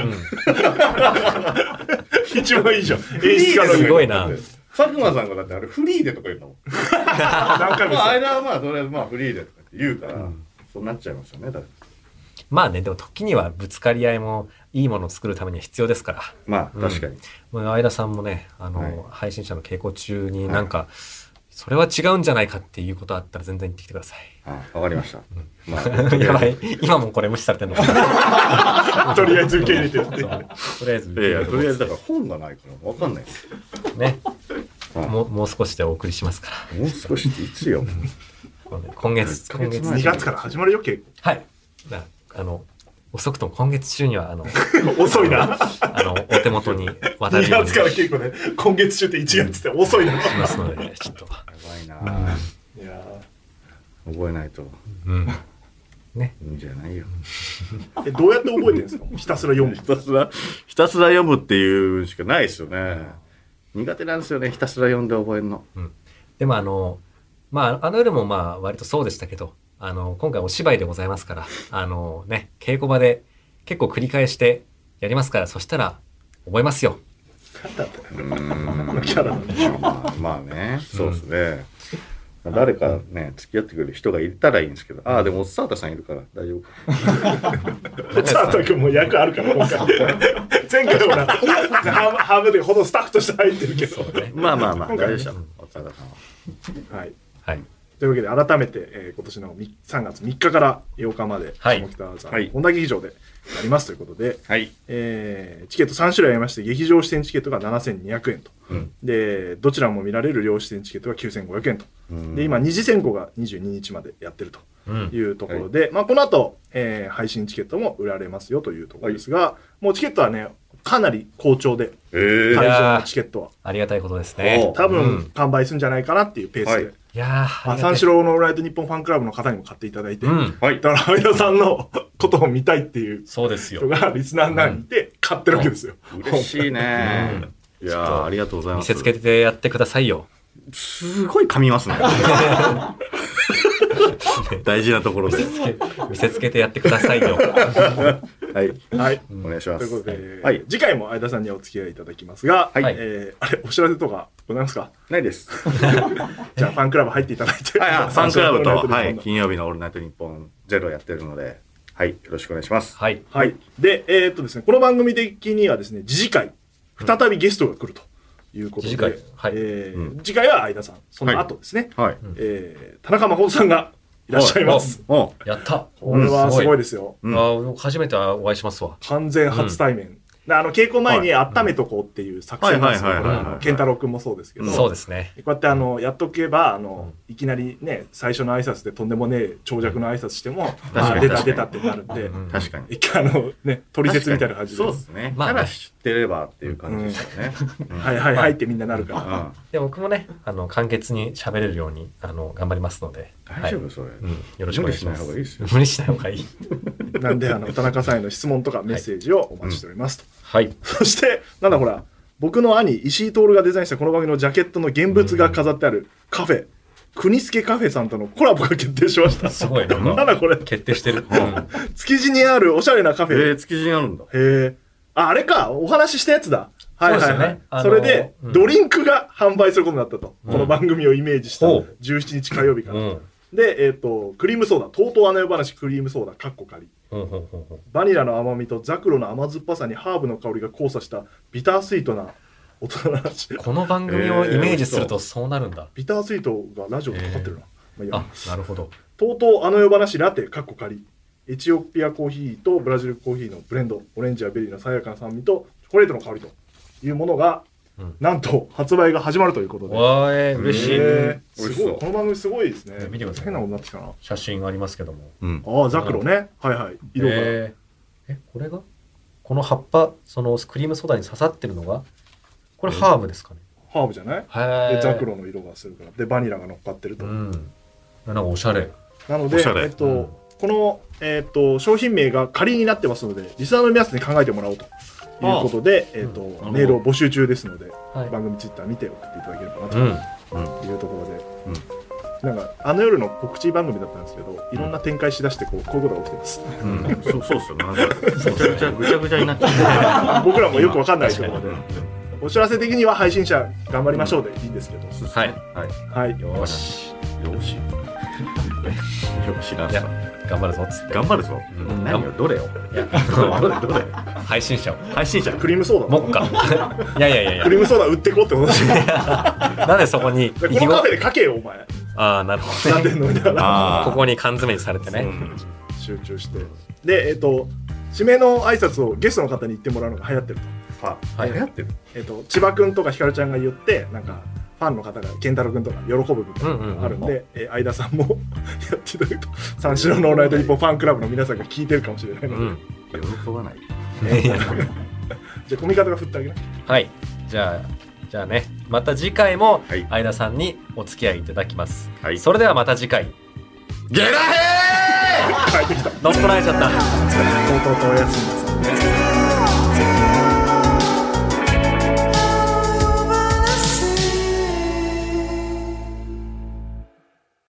A: 一番いいじゃん。
C: フ
A: 演
C: リー
A: 出家の
C: でとか言うんだ
B: すごいな
C: 佐久間さんがだってあれフリーでとか言うのもん。
A: 何回も
C: まあ、
A: さ
C: あれはまあ、それはまあフリーでとかって言うから、そうなっちゃいますよね、だって
B: まあね、でも時にはぶつかり合いもいいものを作るためには必要ですから。
C: まあ、
B: うん
C: 確かに。
B: もう相田さんもね、あの、
C: はい
B: 配信者の稽古中になんか、それは違うんじゃないかっていうことあったら全然言ってきてください。
C: あわかりました。まあ、
B: やばい。 今もこれ無視されてんのか な
A: とりあえず受け入れてる
B: そう とりあえず
C: いやいや、とりあえずだから本がないからわかんないです。
B: ね。
C: はい
B: もう、もう少しでお送りしますか
C: もう少しっていつよ。
B: ら。今月、今月
A: 2月から始まるよ、結
B: はい。なあの、遅くとも今月中には、あの、
A: 構。遅いな。
B: あの、お手元に渡る
A: 2
B: よ うに
A: 月
B: し
A: から結構ね、今月中って1月って遅いな。い
B: ますので、ちょっと、
C: やばいな
A: や
C: 覚えないと
B: うん。
C: いいんじゃないよ。
A: ーえどうやって覚えてるんですかひたすら読む
C: ひ。たすら、ひたすら読むっていうしかないですよね。苦手なんですよね、ひたすら読んで覚えるの。
B: でもあの、まあ、あの夜もまあ、割とそうでしたけど、あの、今回お芝居でございますから、あのね、稽古場で結構繰り返してやりますから、そしたら、覚えますよ。
C: うーん
A: このキャラのね
C: まあまあね、そうですね。誰かね、付き合ってくれる人がいたらいいんですけど、ああ、でも、おっさんたさんいるから大丈夫か。
A: 佐藤君も役あるから、今回。前回ほら、ハーブハーブでほどスタッフとして入ってるけど。
C: まあまあまあ、大丈夫でした。おっさんたさんは。
A: はい。
B: はい。
A: というわけで改めて、えー今年のみ3月3日から8日まで
B: はい
A: 下北沢
C: はい
A: 本田劇場でやりますということで、
C: はい。
A: えーチケット3種類ありまして劇場視点チケットが7200円と、
C: うん
A: でどちらも見られる両視点チケットが9500円と、
C: うん
A: で今二次選考が22日までやってると。
B: うん。
A: いうところで、まあ、この後、えー配信チケットも売られますよというところですが、もうチケットはねかなり好調で
C: え
A: 会
C: ー
B: はい
A: 場のチケットは
B: ありがたいことですね
C: お。
A: 多分、
B: うん
A: 完売するんじゃないかなっていうペースで、
C: はい
B: いやー、
A: まあ、三四
B: 郎。
A: 郎のオールライト日本ファンクラブの方にも買っていただいて、
B: うん。
C: はい
A: だから皆さんのことを見たいっていう
B: そうです
A: 人
B: よ。
A: がリスナーの中にいて買ってるわけですよ。
C: 嬉しいね。いやーありがとうございま
B: 見
C: す。
B: せつけてやってくださいよ。
C: すごい噛みますね。 大事なところで。
B: 見せつけてやってくださいよ。
C: はい。
A: はい。
C: お願いしま
A: という
C: す
A: こと。で、
C: はい。
A: 次回も相田さんにはお付き合いいただきますが、
C: はい
A: えーあれ、お知らせとかございますか
C: ないです。
A: じゃあファンクラブ入っていただいて。
C: はいはい、ファンクラブと、は、
A: はいい。
C: 金曜日のオールナイトニッポンゼロやってるので、はい、よろしくお願いします。
B: はい。
A: はい。で、えーっとですね、この番組的にはですね、次次回、再びゲストが来るということで、
B: 次回はい
A: えー
C: う
A: 次回は相田さん、その後ですね、
C: はい。
A: えー田中誠さんがいらっしゃいます。
C: おう
B: やった。
A: これはすごい
B: で
A: ですよ。
B: す。あー初めてお会いしますわ。
A: 完全初対面。なあの稽古前に温めとこうっていう作戦なんですよ
C: はい
A: これ
B: はいはいはい
A: あの健太郎君もそうですけど、
B: そうですね。
A: こうやってあのやっとけばあのいきなりね最初の挨拶でとんでもねえ長尺の挨拶しても「
C: かに
A: あ出た
C: 確か
A: 出
C: に
A: た」ってなるんで
B: うん
C: 確かに。
A: 一回あのね取説みたいな感じで「
C: そうで
A: は
C: すね。
B: まあ
C: ただ知ってればっていう感じですよね。うん
A: いはいはい」ってみんななるから。
C: うん
B: で、僕もね、あの、簡潔に喋れるように、あの、頑張りますので。
C: 大丈
B: は
C: 夫
B: い
C: それ。
B: うん、よろしくお願いします。
C: 無理しない方がいいですよ
B: 無理しない方がいい。
A: なんであの田中さんへの質問とかメッセージをお待ちしておりますと、
B: はい。
A: そしてなんだほら僕の兄石井徹がデザインしたこの番組のジャケットの現物が飾ってあるカフェ国助カフェさんとのコラボが決定しました
B: すごい、なん
A: なん
B: か、
A: だこれ
B: 決定してる。うん
A: 築地にあるおしゃれなカフ
C: え
A: ェ
C: ー、築地にあるんだ。
A: へえああれかお話ししたやつだはいはい
B: そうです
A: は
B: よ
A: い、
B: ねあの
A: それで、
B: うん
A: ドリンクが販売することになったと、
B: うん
A: この番組をイメージした
B: ほう
A: 17日火曜日から、
B: うん。
A: でえっ、とクリームソーダとうとうあの世話クリームソーダかっこ仮
B: ほうほうほうほう
A: バニラの甘みとザクロの甘酸っぱさにハーブの香りが交差したビタースイートな大人の味。
B: この番組をイメージするとそうなるんだ。
A: ビタースイートがラジオでかかってるな。まあいいや
B: あ、なるほど。
A: とうとうあの夜話ラテ、カッコ仮。エチオピアコーヒーとブラジルコーヒーのブレンド、オレンジやベリーのさやかな酸味とチョコレートの香りというものが、
B: うん
A: なんと発売が始まるということで。
B: わーい、嬉しい。
A: えー
C: 美
A: す
C: 味しそう
A: ごい、この番組すごいですね。
B: 見てください
A: 変なことになってきたな。
B: 写真ありますけども。
C: うん。
A: ああ、ザクロね。はいはい。色が。
B: えーえ、これがこの葉っぱ、そのクリームソーダに刺さってるのが、これハーブですかね。
A: ハーブじゃない
B: は
A: で、ザクロの色がするから。で、バニラが乗っかってると。
B: うん。なんかおしゃれ。
A: なの
C: お
A: で、
C: しゃれ
A: えっと、
B: うん
A: この、えっと、商品名が仮になってますので、リスナーの皆さんに考えてもらおうということで、えっと、
C: ほど
A: メールを募集中ですので、
B: はい。
A: 番組ツイッター見て送っていただければな
B: うん。
A: というところで、なんか、あの夜の告知番組だったんですけど、いろんな展開しだして、こう、こういうことが起きてます。
C: うん。そうそうっすよ。なんかぐちゃぐちゃぐちゃぐちゃになっちゃう。
A: 僕らもよくわかんないところで
C: うん。
A: お知らせ的には配信者頑張りましょうでいいんですけど、
B: はい。
C: はい。
A: はい。
B: よし。
C: よし。よしな
B: い
C: んす
B: や
C: か。、
B: 頑張るぞっつって。
C: 頑張るぞ。
B: ん
C: 何をどれを。
B: いや、
C: どれどれ。
B: 配信者を。
C: 配信者。
A: クリームソーダ
B: もっか。いやいやいやい や
A: クリームソーダ売ってこうってことですよ
B: なんでそこに意
A: でこ
B: 気
A: の
B: 込
A: カフェで書けよ、お前。
B: ああ、なるほど
A: な
B: ね。
A: んでんのみたいな。
C: あ
B: ここに缶詰にされて
C: う
B: ね。
C: ん
A: 集中してでえっ、と締めの挨拶をゲストの方に言ってもらうのが流行ってると,、
C: あ、
B: はい
C: 流行ってる。
A: えっと千葉くんとかひかるちゃんが言ってなんかファンの方が健太郎くんとか喜ぶみたいなのがあるんで、
B: うんう
A: えー相田さんも やっていただくと三四郎のオールナイトニッポンファンクラブの皆さんが聞いてるかもしれないの
B: う
A: で、
B: ん。
C: 喜ばない。
B: いや
A: じゃあ組み方が振ってあげな
B: はい。じゃあ、じゃあね、また次回も
C: はい
B: 相田さんにお付き合いいただきます。
C: はい。
B: それではまた次回。
C: ゲラヘ
A: 帰
C: ー。
A: ってきたとう
B: 乗っ取られちゃっ
A: と
B: た。
A: うとうおやすみなさい